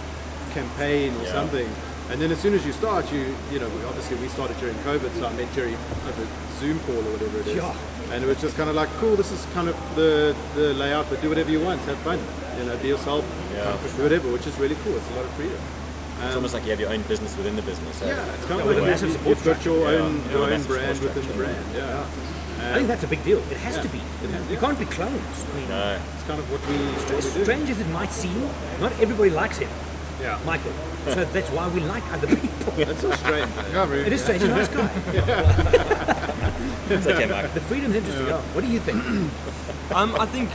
campaign or Yeah. something. And then as soon as you start, you you know, we- obviously we started during COVID, so I met Jerry over Zoom call or whatever it is. Yeah. And it was just kind of like, cool, this is kind of the, the layout, but do whatever you want, have fun, you know, be yourself, Yeah. do whatever, which is really cool. It's a lot of freedom. It's almost like you have your own business within the business. eh? Yeah, it's kind Yeah, of with like a massive you- support you've got your Yeah. own, Yeah, your with a own massive brand support within the structure, brand. Yeah, I think that's a big deal. It has to be. You can't be clones. I mean, No. it's kind of what we, what we do. strange as it might seem, not everybody likes him, Yeah, Michael. So that's why we like other people. that's so strange. man. Yeah, really. It is strange. He's a nice guy. It's okay, Mark. The freedom's interesting. Yeah. What do you think? Um, I think,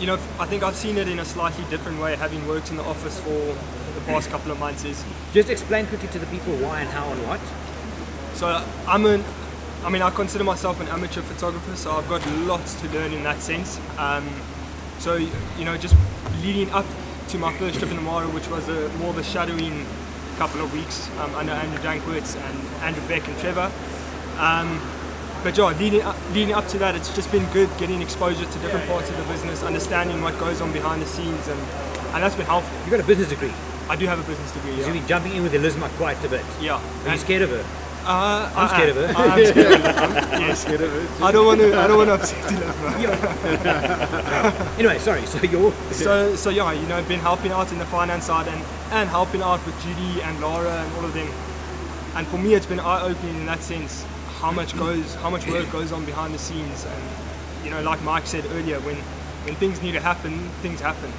you know, I think I've seen it in a slightly different way, having worked in the office for the past couple of months. Is Just explain quickly to the people why and how and what. so I'm an, I mean, I consider myself an amateur photographer, so I've got lots to learn in that sense. Um, so you know, just leading up to my first trip in the Mara, which was a more of a shadowing couple of weeks um, under Andrew Dankwitz and Andrew Beck and Trevor. Um, But yeah, leading up, leading up to that, it's just been good getting exposure to different parts of the business, understanding what goes on behind the scenes, and, and that's been helpful. You got a business degree. I do have a business degree. You've Yeah, been jumping in with Elizma quite a bit. yeah. Are you And, scared of her? uh, I'm I- scared of her. I am scared of her. Yes. Get it? It's- I don't want to. I don't want to upset Dylan. Anyway, sorry. So you're So so yeah, you know, been helping out in the finance side and and helping out with Judy and Laura and all of them. And for me, it's been eye opening in that sense how much goes, how much work goes on behind the scenes, and you know, like Mike said earlier, when when things need to happen, things happen.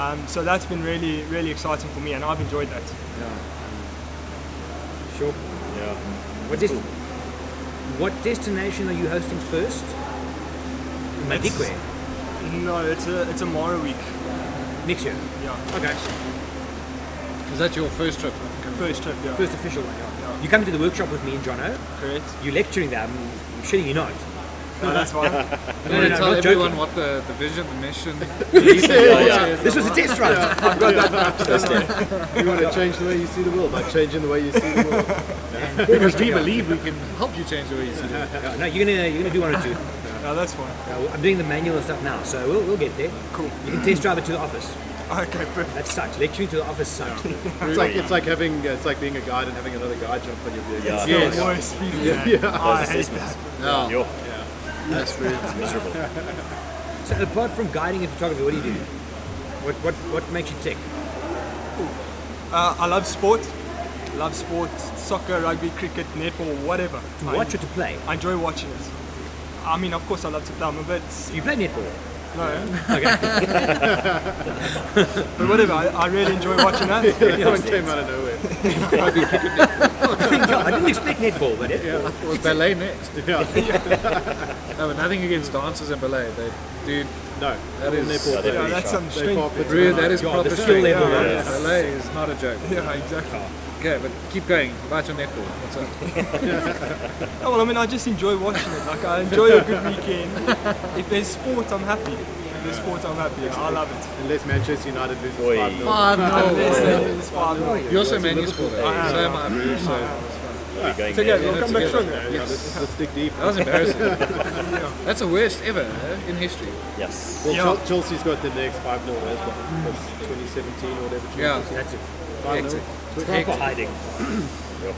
Um, so that's been really really exciting for me, and I've enjoyed that. sure. Yeah. What, dest- what destination are you hosting first? Madikwe No, it's a it's a Mara week. next year. Yeah, Okay, Is that your first trip? first trip. Yeah, first official one. Yeah. You come to the workshop with me and Jono. correct. You're lecturing there. I'm shitting you not. No, that's fine. And No, then no, tell not everyone joking. what the, the vision, the mission. "Oh, This was a test run. You want to change the way you see the world by changing the way you see the world. because we believe we can help you change the way you see it. Yeah, no, you're gonna you're gonna do one or two. No, that's fine. Yeah, well, Uh, I'm doing the manual and stuff now, so we'll, we'll get there. Cool. You can test drive it to the office. Okay, perfect. That sucks. Lecturing to the office sucks. It's like it's like having it's like being a guide and having another guide jump on your vehicle. Yeah. The Yes. worst feeling, man. I Those hate assessments. Yeah. Yo, That's weird. miserable. so apart from guiding and photography, what do you do? What what what makes you tick? Uh, I love sport. Love sport, soccer, rugby, cricket, netball, whatever. To I, watch or to play? I enjoy watching it. I mean, of course, I love to play. I'm a bit You play netball. no, Okay. but whatever. I, I really enjoy watching that. That one came out of nowhere. Yeah, I didn't expect netball, but it, Well, ballet next. Yeah. No, but nothing against dancers and ballet. They, dude, No. That is- Nepal, that they- Yeah, that's some they strength. fought for really, that is God, proper the skill strength. level, Yeah, man. Ballet is not a joke. Yeah, exactly. Oh, Okay, but keep going. About your netball. What's up? well, I mean, I just enjoy watching it. Like, I enjoy a good weekend. If there's sport, I'm happy. If there's sport, I'm happy. I love it. Unless Manchester United loses Oi. 5 0. Oh, Unless no. there's five. You're also Man U supporter. So I am. am I. So Are we going So yeah, there? we'll come back together. stronger. Yeah, let's, let's dig deep. that was embarrassing. That's the worst ever eh, in history. Yes. Well, Yeah. Chel- Chelsea's got the next 5 0 as well. That's 2017 or whatever. Yeah. Ah, that's it. 5 0. Proper hiding.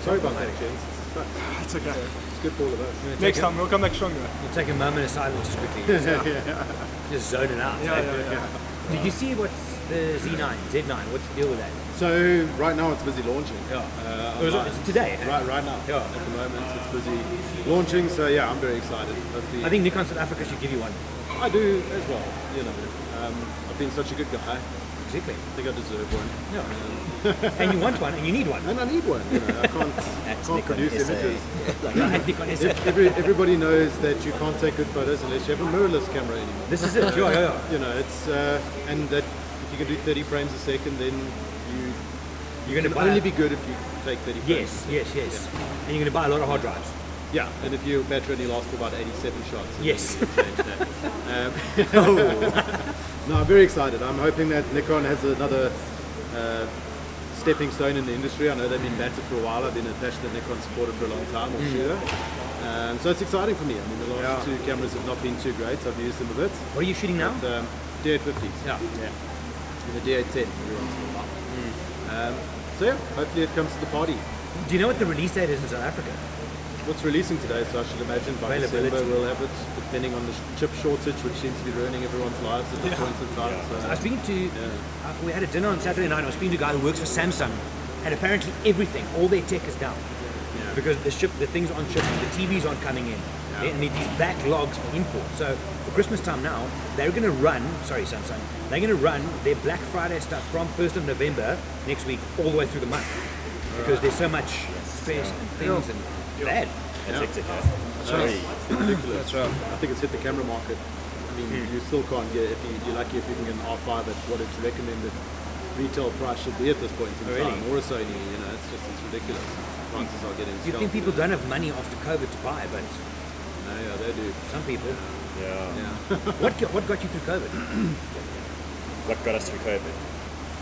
Sorry about that, James. It sucks. It's okay. It's good for all of us. Next time we'll come back stronger. We'll take a moment of silence just quickly. Just zoning out. Yeah, yeah, yeah. Did you see what's the Z9, Z9? What's the deal with that? So right now it's busy launching. Yeah. Uh, It was- online. it's today, eh? Right, right now. Yeah. At the moment it's busy launching. So yeah, I'm very excited. Hopefully- I think Nikon South Africa should give you one. I do as well. You know, um, I've been such a good guy. Exactly. I think I deserve one, and you want one, and you need one. and I need one. You know, I can't, can't produce SA. images. Like, at Nikon SA. Every, everybody knows that you can't take good photos unless you have a mirrorless camera anymore. This is it. Yeah, yeah, yeah. You know, it's uh, and that if you can do 30 frames a second, then you You're going can to buy. only be good if you take 30 frames. yes, yes, yes. And you're going to buy a lot of hard drives. Yeah, and if your battery only lasts for about 87 shots. then Yes. you can change that. Um, no, I'm very excited. I'm hoping that Nikon has another uh, stepping stone in the industry. I know they've been battered for a while. I've been a passionate Nikon supporter for a long time, Hmm. or shooter. Um, so it's exciting for me. I mean, the last two cameras have not been too great. I've used them a bit. What are you shooting now? But, um, D850s. Yeah. Hmm. Yeah. And the D810 every once in a while. Um, so yeah, hopefully it comes to the party. Do you know what the release date is in South Africa? What's releasing today, so I should imagine by Availability. December we'll have it, depending on the sh- chip shortage, which seems to be ruining everyone's lives at this point in time. I was So, speaking to. Uh, we had a dinner on Saturday night. I was speaking to a guy who works for Samsung, and apparently everything, all their tech is down because the ship, the things aren't shipping, the TVs aren't coming in, and they- these backlogs for import. So for Christmas time now, they're going to run. Sorry, Samsung, they're going to run their Black Friday stuff from 1st of November next week all the way through the month because there's so much space and things and bad. That's hectic, eh? ridiculous. I think it's hit the camera market. I mean, Hmm. you still can't get if you, you're lucky if you can get an R5 at what its recommended retail price should be at this point Oh, in time, or a Sony. You know, it's just it's ridiculous. Prices are getting. You think scalped, people you know. don't have money after COVID to buy, but No, yeah, they do. some people. Yeah. What got- what got you through COVID? What got us through COVID?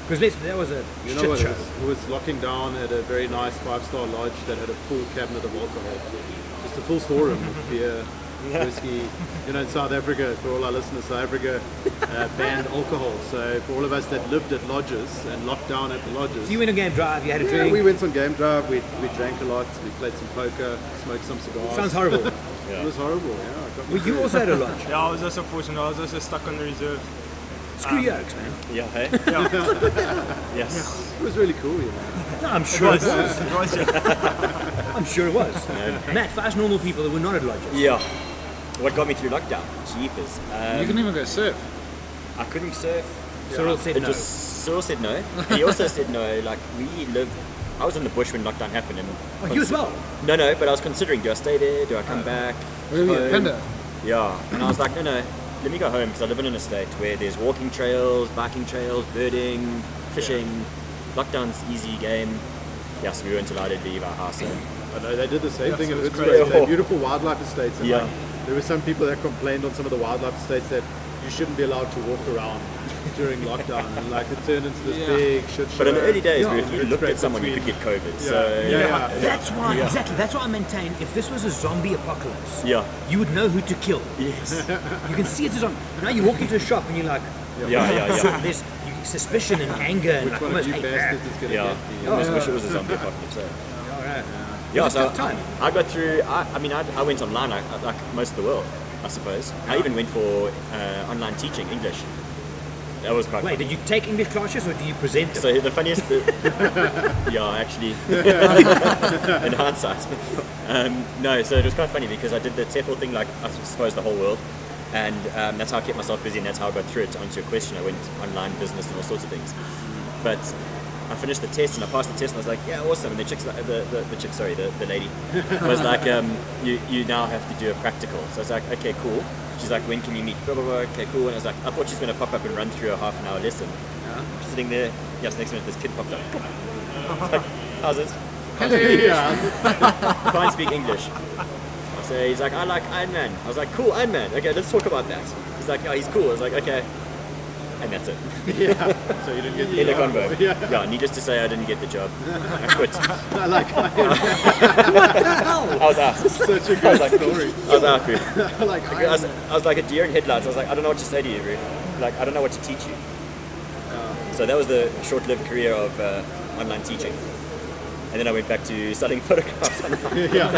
Because listen, that was a You shit know what? It show. was, it was locking down at a very nice five-star lodge that had a full cabinet of alcohol, just a full storeroom of beer, whiskey. You know, in South Africa, for all our listeners, South Africa uh, banned alcohol. So for all of us that lived at lodges and locked down at the lodges, So you went on game drive, you had a yeah, drink. we went on game drive. We, we drank a lot. We played some poker, smoked some cigars. Sounds horrible. It was horrible. Yeah, I got well, you also had a lodge. Yeah, I was also fortunate. I was also stuck on the reserve. Screw yokes, man. Yeah, hey? Yeah, Yes. it was really cool. You know. No, I'm it sure it was. was. It was, yeah. I'm sure it was. Matt, for us normal people that were not at lodges. Yeah. What got me through lockdown? Jeepers. Um, you can even go surf. I couldn't surf. Cyril said It no. was Cyril said no. He also said no. Like we lived. I was in the bush when lockdown happened, and Oh, you as well. no, no. But I was considering: do I stay there? Do I come back? Really, home? a panda. Yeah. And I was like, no, no. Let me go home because I live in an estate where there's walking trails, biking trails, birding, fishing. Lockdown's easy game. Yeah, so we weren't allowed to leave our house. And I know they did the same thing in sounds Witwatersrand. crazy. They're beautiful wildlife estates. And Yeah. like, there were some people that complained on some of the wildlife estates that you shouldn't be allowed to walk around during lockdown. And like it turned into this Yeah. big shit show. But in the early days, where if you It's looked great at someone, you could between- get COVID. Yeah. So yeah, yeah. That's why, Yeah. exactly. That's why I maintain if this was a zombie apocalypse, Yeah. you would know who to kill. Yes. You can see it's a zombie. Now you walk into a shop and you're like, Yeah, yeah, so yeah. there's you- suspicion and anger and Which like one of almost you hate. bastards is going to Yeah, get me? I almost wish it was a zombie apocalypse. eh? All right. Yeah, It's a so tough time. I got through. I, I mean, I, I went online like, uh, like most of the world, I suppose. I even went for uh, online teaching English. That was quite. Wait, fun. did you take English classes or do you present them? So the funniest, yeah, actually, in hindsight, um, no. So it was quite funny because I did the TEFL thing, like I suppose the whole world, and um, that's how I kept myself busy, and that's how I got through it. To answer your question, I went online business and all sorts of things. But I finished the test and I passed the test, and I was like, yeah, awesome. And the chick's like, the, the, the chick, sorry, the, the lady was like, um, you you now have to do a practical. So I was like, okay, cool. She's like, when can you meet? Blah blah blah. Okay, cool. And I was like, I thought she's gonna pop up and run through a half an hour lesson sitting there. Yes, next minute this kid popped up. It's like, How's it? Can't speak English. So he's like, I like Iron Man. I was like, cool, Iron Man. Okay, let's talk about that. He's like, oh, he's cool. I was like, okay. And that's it. So you didn't get the In a convo. Yeah. Yeah. needless to say, I didn't get the job. I quit. I I like was out. such a I was good like, story. I was out. dude. I like I was, I was like a deer in headlights. I was like, I don't know what to say to you, Ruth. Like, I don't know what to teach you. So that was the short-lived career of uh, online teaching. and then I went back to studying photographs. yeah,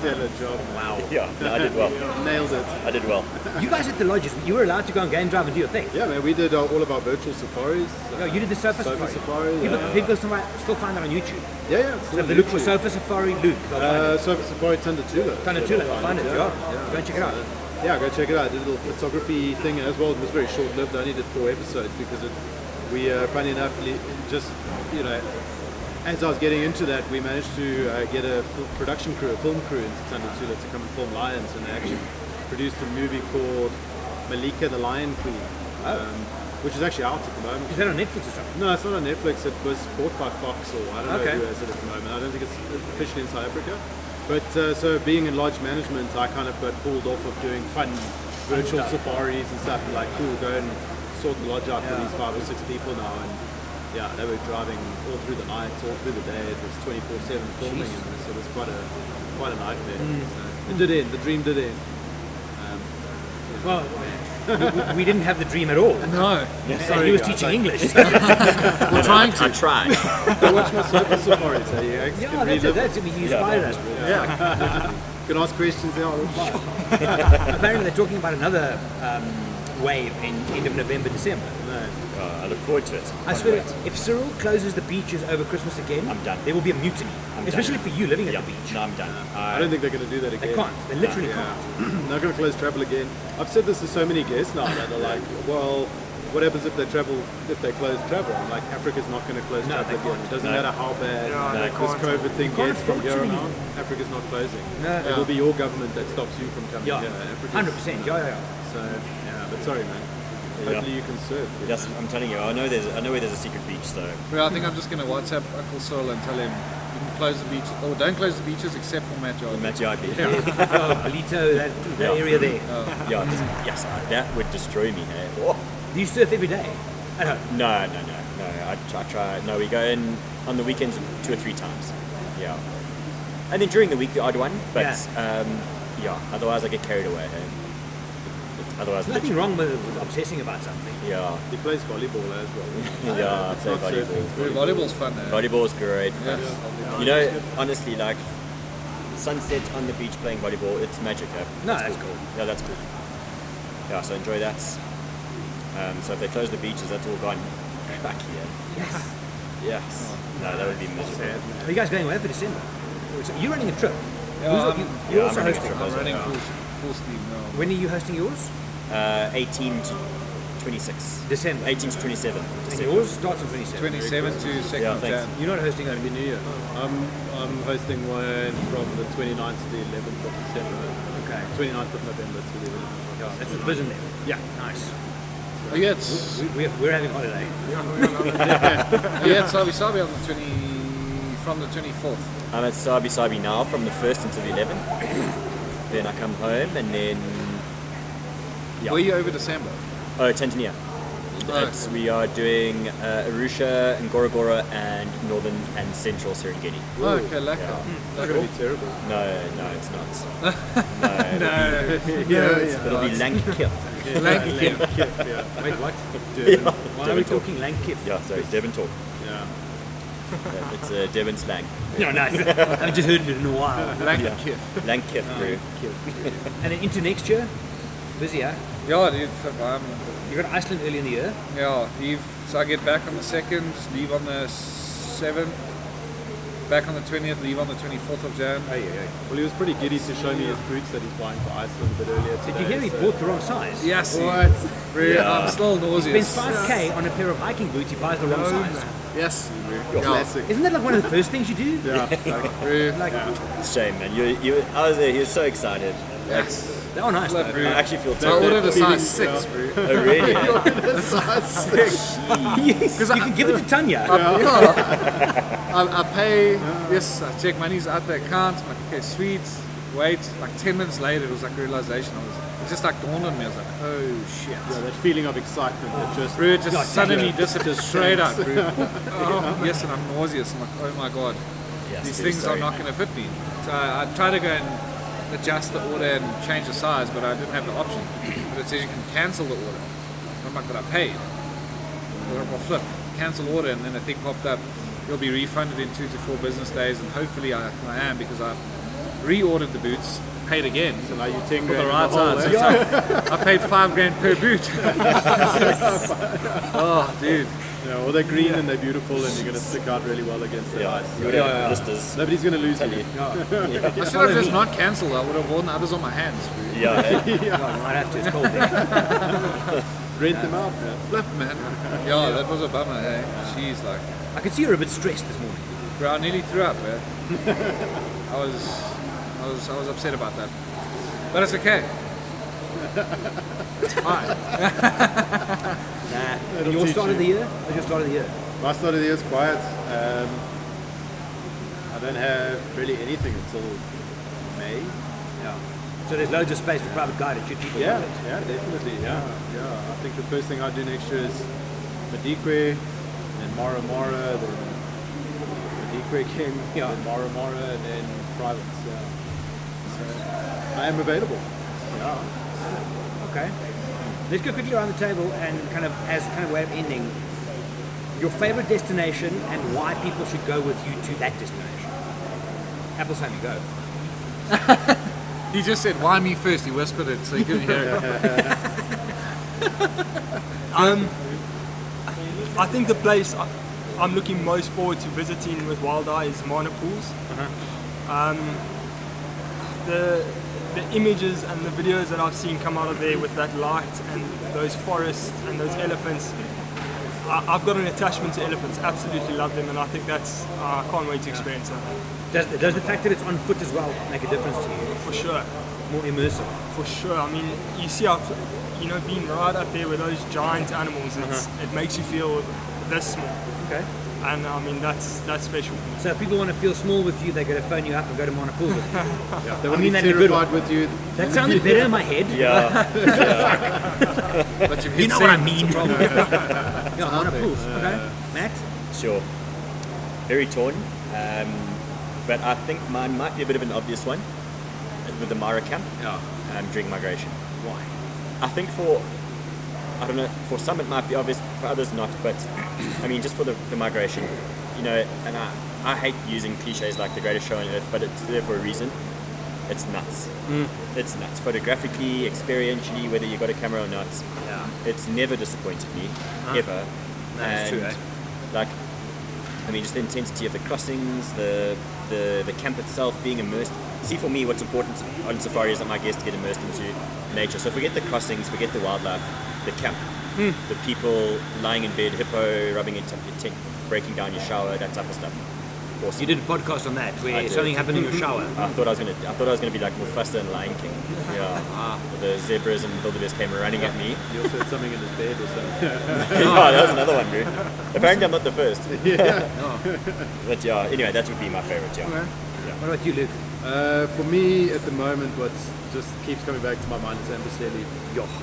stellar job. wow. Yeah, no, I did well. Nailed it. I did well. You guys at the lodges, you were allowed to go and game drive and do your thing. Yeah, man, we did uh, all of our virtual safaris. No, you did the Sofa Sofa Safari. Safari, people, yeah. people still still find that on YouTube. Yeah, yeah. it's So on if they look for YouTube. Sofa Safari Luke, they'll find it. Uh, Sofa Safari Tandatula. Tanatula, they'll find it, yeah. Go and check it out. Yeah, go check it out. I did a little photography thing as well. It was very short lived. I only did four episodes because it, we, uh, funny enough, li- just, you know, as I was getting into that, we managed to uh, get a fil- production crew, a film crew into Tandatula to come and film Lions and they actually produced a movie called Malika the Lion Queen, Oh. um, which is actually out at the moment. Is that on Netflix or something? No, it's not on Netflix. It was bought by Fox, or I don't Okay. know who has it at the moment. I don't think it's officially in South Africa. But uh, so being in lodge management, I kind of got pulled off of doing fun virtual safaris and stuff. Like, cool, go and sort the lodge out for these five or six people now. And yeah, they were driving all through the night, all through the day. It was 24/7 filming, and this. it was quite a quite a nightmare. Hmm. So it did end. The dream did end. Um, Well, we, we didn't have the dream at all. No, and he was teaching English. so- we're trying I to. tried. Go watch my surface safaris. eh? You yeah, can that's relive it. That's, I mean, you inspired us. You can ask questions now. Apparently, they're talking about another um, wave in end of November, December. Uh, I look forward to it. I swear, if Cyril closes the beaches over Christmas again, I'm done. There will be a mutiny, I'm especially done. for you living at Yeah, the beach. no, I'm done. I don't think they're going to do that again. They can't. They literally Yeah. Not going to close travel again. I've said this to so many guests now that are like, well, what happens if they travel, if they close travel? I'm like, Africa's not going to close No, travel they again. It doesn't No. matter how bad No, they this can't. COVID thing can't gets from afford here to. on out. Africa's not closing. No. It will be your government that stops you from coming Yeah, here. Africa's- hundred percent. Yeah, yeah, yeah. So, yeah, but sorry, man. Yeah. Hopefully you can surf. you Yes, I'm telling you, I know there's, I know where there's a secret beach, so Well, I think I'm just going to WhatsApp Uncle Sol and tell him you can close the beach or don't close the beaches except for Matt Yard. Matty Ivey. Oh, Belito, that, that Yeah. area there. Yeah, just- yes, I- that would destroy me. Hey. Oh. No, Do you surf every day? At home. no, no, no. I, I try. No, we go in on the weekends two or three times. Yeah, and then during the week the odd one, but yeah, um, yeah otherwise I get carried away. Hey. Otherwise, There's nothing wrong with, with obsessing about something. Yeah, He plays volleyball as well. yeah. It's so not surfing. volleyball. Volleyball's fun. Eh? Volleyball's great. Yeah. You know, honestly, like sunset on the beach playing volleyball, it's magic. eh? No, that's cool. Yeah, that's cool. Yeah, so enjoy that. Um, so if they close the beaches, that's all gone. Fuck yeah. Yes. Yes. No, that would be miserable. Are you guys going away for December? So you're running a trip. Yeah, Who's- you, I'm- you're yeah, also I'm running a hosting. trip. I'm running Yeah. full, full steam now. When are you hosting yours? Uh, 18 to 26. December. 18 to 27. And December. yours starts on 27. 27 to 2nd Yeah, yeah, thanks. Jan. You're not hosting over New Year. I'm, I'm hosting one from the 29th to the 11th of December. Okay. 29th of November to the 11th. Yeah, that's the vision there. Yeah. Nice. Are you at, are We, we're, we're having holiday. you at oh, Sabi Sabi on the 20, from the 24th? I'm at Sabi Sabi now from the 1st until the 11th. then I come home and then. Yeah. Were you over December? Oh, Tanzania. It's- we are doing uh, Arusha, Ngorongoro, and northern and central Serengeti. Oh, okay, lacquer. Yeah. It's going to be terrible. No, no, it's not. Yeah, It'll be Langkif. Wait, what? yeah. Why are we talking Langkif? Yeah, so Devon talk. Yeah, It's uh, Devon slang. No, nice. I haven't just heard it in a while. Lacquer Yeah. kit. Langkif, bro. And then into next year, busy, huh? Yeah, dude. fuck, I'm- You're going to Iceland early in the year. Yeah, leave. So I get back on the second, leave on the seventh, back on the twentieth, leave on the twenty-fourth of Jan. Well, he was pretty giddy to show me his boots that he's buying for Iceland a bit earlier today. Did you hear he so- bought the wrong size? Yes, What? really, uh, Yeah. I'm still Spends nauseous. 5k on a pair of hiking boots, he buys the wrong size. Yes, Classic. Isn't that like one of the first things you do? Yeah. really. Like, It's a shame, man. You, you, I was there. He was so excited. Yes. they oh, are nice. Love, I bro. actually feel I ordered terrible. a size six, bro. Oh, really? Yes, you can give it to Tanya. I, I pay. Yes, I check money's out the account. I'm like, okay, sweet. Wait, like ten minutes later, it was like a realization. I was, it just like dawned on me. I was like, oh shit. Yeah, that feeling of excitement that just. Bro, it just Yeah, suddenly disappeared straight out, bro. Oh, yes, and I'm nauseous. I'm like, oh my god, Yes, these dude, things sorry, are not going to fit me. So I, I try to go and adjust the order and change the size, but I didn't have the option. But it says you can cancel the order. I'm like, but I paid. Or I'll flip, cancel order, and then a thing popped up. You'll be refunded in two to four business days, and hopefully I, I am because I reordered the boots, paid again. So now you take for the right size. So it's like- I paid five grand per boot. oh, dude. Yeah, well, they're green and they're beautiful, and you're going to stick out really well against the lights. You would Yeah, have yeah. blisters. Nobody's going to lose Tell you. you. I should have just not cancelled. I would have worn the others on my hands. dude. Yeah, eh? I might have to. It's cold there. Rent them out. Yeah. Flip, man. Yeah, that was a bummer, hey? Jeez, like, I could see you're a bit stressed this morning. bro, I nearly threw up, man. I was, I was, I was upset about that. But it's okay. It's fine. Nah. It'll Your teach start of you. the year? Or your start of the year? My start of the year is quiet. Um, I don't have really anything until May. Yeah. So there's loads of space for private guidance. Should people Yeah, want it. yeah, definitely. Yeah, yeah. I think the first thing I do next year is Madikwe, then Mara Mara, then Madikwe King, Yeah. then Mara Mara, and then Privates. Yeah. So I am available. Yeah. Okay. Let's go quickly around the table and kind of as kind of way of ending. Your favorite destination and why people should go with you to that destination. Apple's home you go. He just said, "Why me first? He whispered it, so you couldn't hear it. Um, I think the place I, I'm looking most forward to visiting with Wild Eye is Mana Pools. Um, the the images and the videos that I've seen come out of there with that light and those forests and those elephants. I, I've got an attachment to elephants. Absolutely love them, and I think that's uh, I can't wait to experience that Does, does the fact that it's on foot as well make a difference to you? for sure. More immersive. For sure. I mean, you see how, cl- you know, being right up there with those giant animals, it's, it makes you feel this small. Okay. And I mean, that's that's special for me. So if people want to feel small with you, they're going to phone you up and go to Monopool with you. They I want mean to that be in a good terrified with you. That sounded better in my head. yeah. But you've hit You know what I send. mean. yeah, Monopool. Okay. Matt? Sure. Very torn. Um, but I think mine might be a bit of an obvious one uh, with the Mara camp Yeah. um, during migration. Why? I think for, I don't know, for some it might be obvious, for others not, but I mean, just for the, the migration, you know, and I, I hate using cliches like the greatest show on earth, but it's there for a reason. It's nuts. Mm. It's nuts. Photographically, experientially, whether you got a camera or not, Yeah. it's never disappointed me, ever. That's true, eh? Like, I mean, just the intensity of the crossings, the the, the camp itself, being immersed. See, for me, what's important on safari is that my guests get immersed into nature. So forget the crossings, forget the wildlife, the camp, Hmm. the people lying in bed, hippo rubbing into your tent, breaking down your shower, that type of stuff. Awesome. You did a podcast on that I where did. something happened in your shower. I thought I was gonna. I thought I was gonna be like Mufasa and Lion King. Yeah. the zebras and wildebeest came running at me. You also had something in his bed or something. yeah, that was another one, dude. Apparently, I'm not the first. Yeah. but yeah. Anyway, that would be my favorite. Yeah. What about you, Luke? Uh, for me, at the moment, what's just keeps coming back to my mind is Amboseli.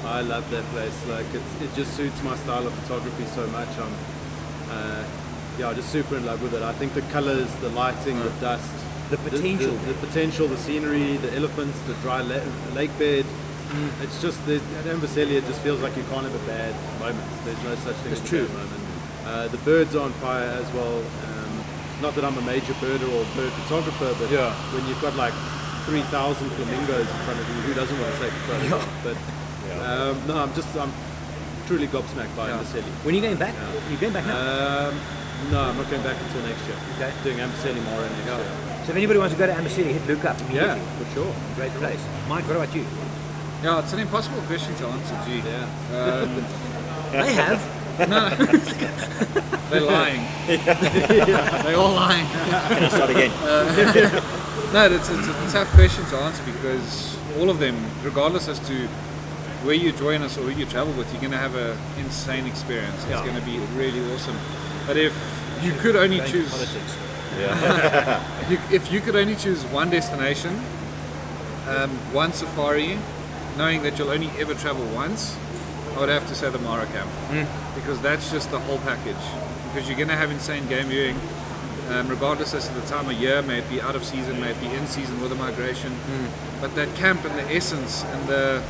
I love that place. Like it's, it just suits my style of photography so much. I'm, uh, yeah, just super in love with it. I think the colours, the lighting, the dust, The potential. the, the potential, the scenery, the elephants, the dry la- lake bed. Mm. It's just there's- at Amboseli, it just feels like you can't have a bad moment. There's no such thing That's as true. a bad moment. Uh, the birds are on fire as well. Um, not that I'm a major birder or bird photographer, but Yeah. when you've got like 3,000 flamingos in front of you, who doesn't want to take a photo? But um, no, I'm just I'm truly gobsmacked by yeah. When are you going back? You're going back Uh, now. Um, no, I'm not going back until next year. Okay. Doing Amboseli more next year. so if anybody wants to go to Ambassador, hit Luke up. Yeah, immediately. for sure. Great place. Mike, what about you? Yeah, it's an impossible question to answer, G. Um, Yeah. They have. They're lying. They're all lying. Can I start again? No, it's, it's a tough question to answer because all of them, regardless as to where you join us or who you travel with, you're going to have an insane experience. It's Yeah. going to be really awesome. But if you could only choose, you, if you could only choose one destination, um, one safari, knowing that you'll only ever travel once, I would have to say the Mara Camp because that's just the whole package. Because you're going to have insane game viewing, um, regardless as to the time of year, may it be out of season, may it be in season with a migration. But that camp and the essence and the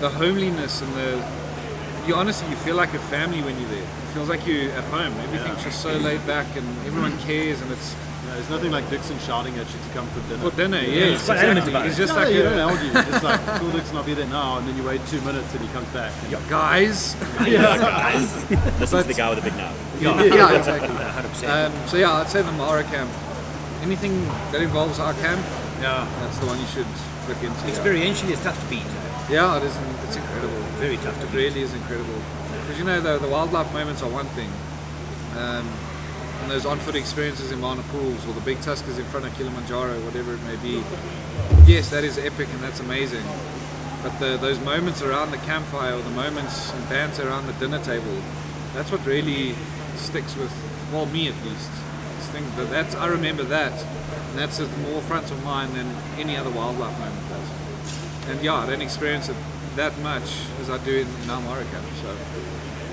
the homeliness and the you honestly you feel like a family when you're there. It feels like you're at home. Everything's just so laid back and everyone cares and it's No, there's nothing like Dixon shouting at you to come for dinner. for dinner. uh, Yeah, quite adamant about It's it. just no, like you a- don't argue. It's just like cool Dixon, I'll be there now, and then you wait two minutes and he comes back. And guys. This is the guy with the big knife. yeah, yeah, exactly. 100%. Um, so yeah, I'd say the Mara camp. Anything that involves our camp, yeah, that's the one you should look into. Experientially, it's tough to beat. Yeah, it is. It's incredible. Very tough to It beat. really is incredible. Because you know the, the wildlife moments are one thing, um, and those on-foot experiences in Mana Pools or the big tuskers in front of Kilimanjaro, whatever it may be. Yes, that is epic and that's amazing. But the, those moments around the campfire or the moments and banter around the dinner table, that's what really sticks with, well, me at least. It's things that that's I remember that, and that's at more front of mind than any other wildlife moment does and yeah, I don't experience it that much as I do in, in Armorica. So,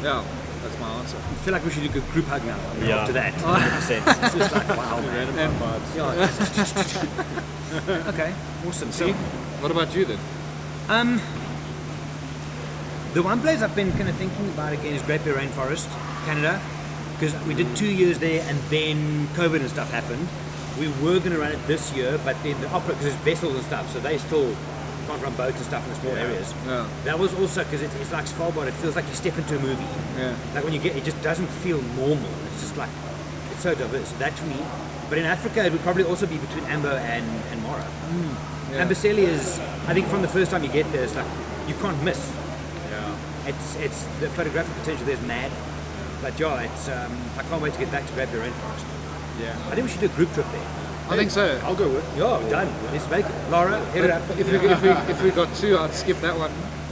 yeah, that's my answer. I feel like we should do a good group hug now Yeah. after that. 100%. It's just like, wow, man. And Okay, awesome. see, So, what about you then? um, the one place I've been kind of thinking about again is Great Bear Rainforest, Canada, because we did two years there and then COVID and stuff happened. We were going to run it this year, but then the opera, because it's vessels and stuff, so they still can't run boats and stuff in the small areas. Yeah. That was also because it's, it's like Svalbard, it feels like you step into a movie. Yeah. Like when you get, it just doesn't feel normal. It's just like, it's so diverse. That to me, but in Africa, it would probably also be between Ambo and, and Mara. Mm. yeah. Amboseli is, I think, from the first time you get there, it's like you can't miss. It's it's the photographic potential there's mad. But yeah, it's um, I can't wait to get back to grab your rainforest. yeah, I think we should do a group trip there. I think so. I'll go with. Yeah, done. Let's make it. Laura, head it up. If we, if, we, if we got two, I'd skip that one.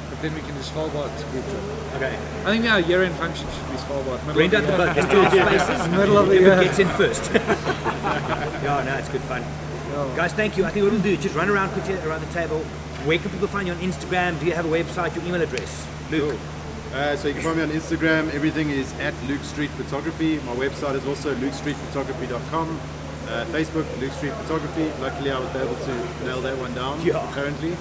But then we can do Svalbard group trip. Okay. I think our year-end function should be Svalbard. Middle Brenda of the the boat. Let's do our spaces. Middle of the year. gets in first. yeah, no, it's good fun. Guys, thank you. I think what we'll do is just run around quickly around the table. Where can people find you on Instagram? Do you have a website? Your email address? Luke. Uh, so you can find me on Instagram. Everything is at Luke Street Photography. My website is also lukestreetphotography.com. Uh, Facebook, Luke Street Photography. Luckily, I was able to nail that one down Yeah. currently.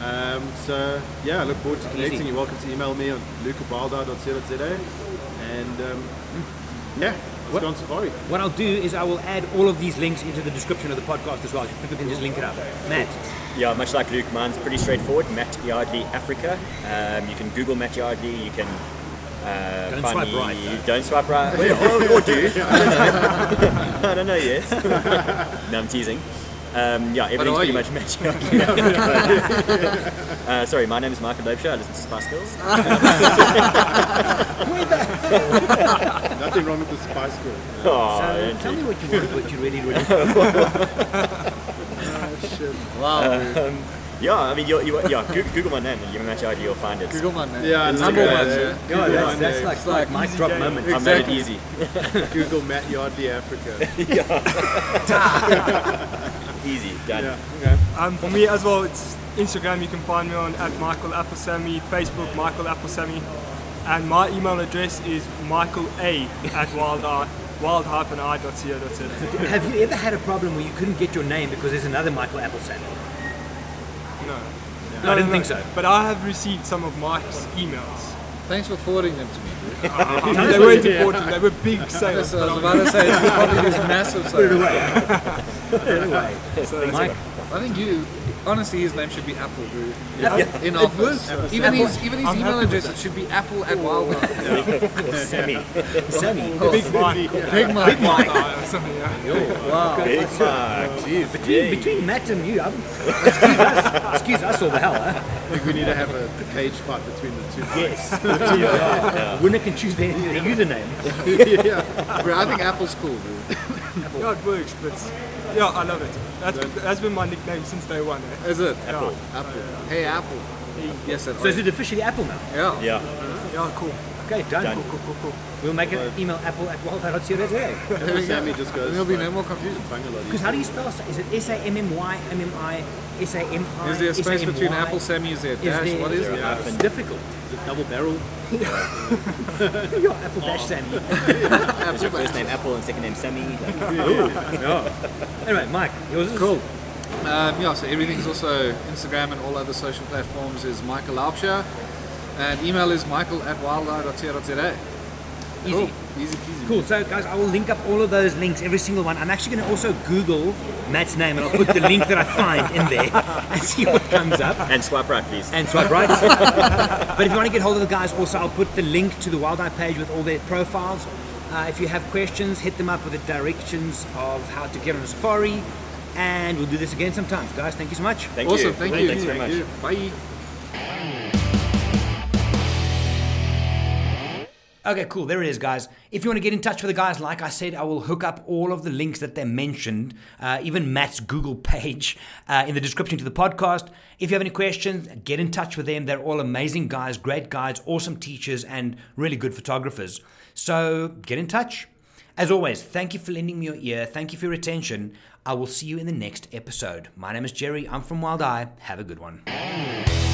Um, so yeah, I look forward to connecting. You're welcome to email me on lucabalda.co.za. And um, yeah, let's What- go on safari. What I'll do is I will add all of these links into the description of the podcast as well. People can just link it up. Matt, Yeah, much like Luke, mine's pretty straightforward. Matt Yardley, Africa. Um, you can Google Matt Yardley. You can uh, Don't find swipe me. right, though. Don't swipe right. Well, or, or do. I don't know. I don't know yet. no, I'm teasing. Um, yeah, everything's are pretty you? much Matt Yardley. uh, sorry, my name is Michael Lobsher. I listen to Spice Girls. Nothing wrong with the Spice Girl. Oh, so don't tell do. me what you want, what you really, really want. yeah, I mean, you're, you yeah, Goo- Google my name and you match ID, you'll find it. Google my name. Yeah, it's I number know. one. Yeah, Yeah. Yeah, that's, that's like, It's like like mic drop moment. I made it Exactly. easy. Google Matt Yardley Africa. Easy, done. Yeah. Um, for me as well, it's Instagram. You can find me on at Michael Applesamy, Facebook Michael Applesamy, and my email address is Michael A at wild wild hyphen i dot co dot za. Have you ever had a problem where you couldn't get your name because there's another Michael Appleton? No. I didn't think so. But I have received some of Mike's emails. Thanks for forwarding them to me. they weren't important. They were big That's sales. what I was but about to say. It's probably just massive. Put it away. Anyway, Mike, I think you, honestly, his name should be Apple, bro. In office. Even his, even his I'm email happy with address, it should be apple at wildlife. Sammy. Sammy, Oh, Big Mike. Big Mike. Mike. or something, yeah. Big Mark. between, between Matt and you, I'm, excuse us, excuse us all the hell, huh? I think we need to have a cage fight between the two. Yes. Winner can choose their, their username. yeah. Bro, I think Apple's cool, bro. Yeah, it works, but yeah, I love it. That's, that's been my nickname since day one. eh? Is it? Yeah, Apple. Hey, Apple. Yes, that's So is it officially Apple now? Yeah. Yeah. yeah, cool. Okay, done. Done. Cool, cool, cool. We'll make an email apple at wildfire.co.za. There we Sammy go. just goes. There'll be like, no more confusion. Because how do you spell? sa- Is it S A M M Y M M I S A M I? Is there a space S-A-M-Y? between Apple, Sammy? Is there a Is dash? there- What is Yeah. it? It's difficult. double barrel. You're Apple dash Sammy. Is your first name Apple and second name Sammy? Like, Anyway, Mike, yours is Cool. Um, yeah, so everything's also Instagram and all other social platforms is Michael Laubscher. And email is michael at wildeye.co.za. Easy. Cool. Easy peasy. Cool. So, guys, I will link up all of those links, every single one. I'm actually going to also Google Matt's name, and I'll put the link that I find in there and see what comes up. And swipe right, please. And swipe right. but if you want to get hold of the guys, also I'll put the link to the Wild Eye page with all their profiles. Uh, if you have questions, hit them up with the directions of how to get on a safari, and we'll do this again sometimes, guys. Thank you so much. Thank Awesome. you. Thank you. Thanks very much. Thank you. Bye. Okay, cool. There it is, guys. If you want to get in touch with the guys, like I said, I will hook up all of the links that they mentioned, uh, even Matt's Google page, uh, in the description to the podcast. If you have any questions, get in touch with them. They're all amazing guys, great guides, awesome teachers, and really good photographers. So get in touch. As always, thank you for lending me your ear. Thank you for your attention. I will see you in the next episode. My name is Jerry. I'm from Wild Eye. Have a good one.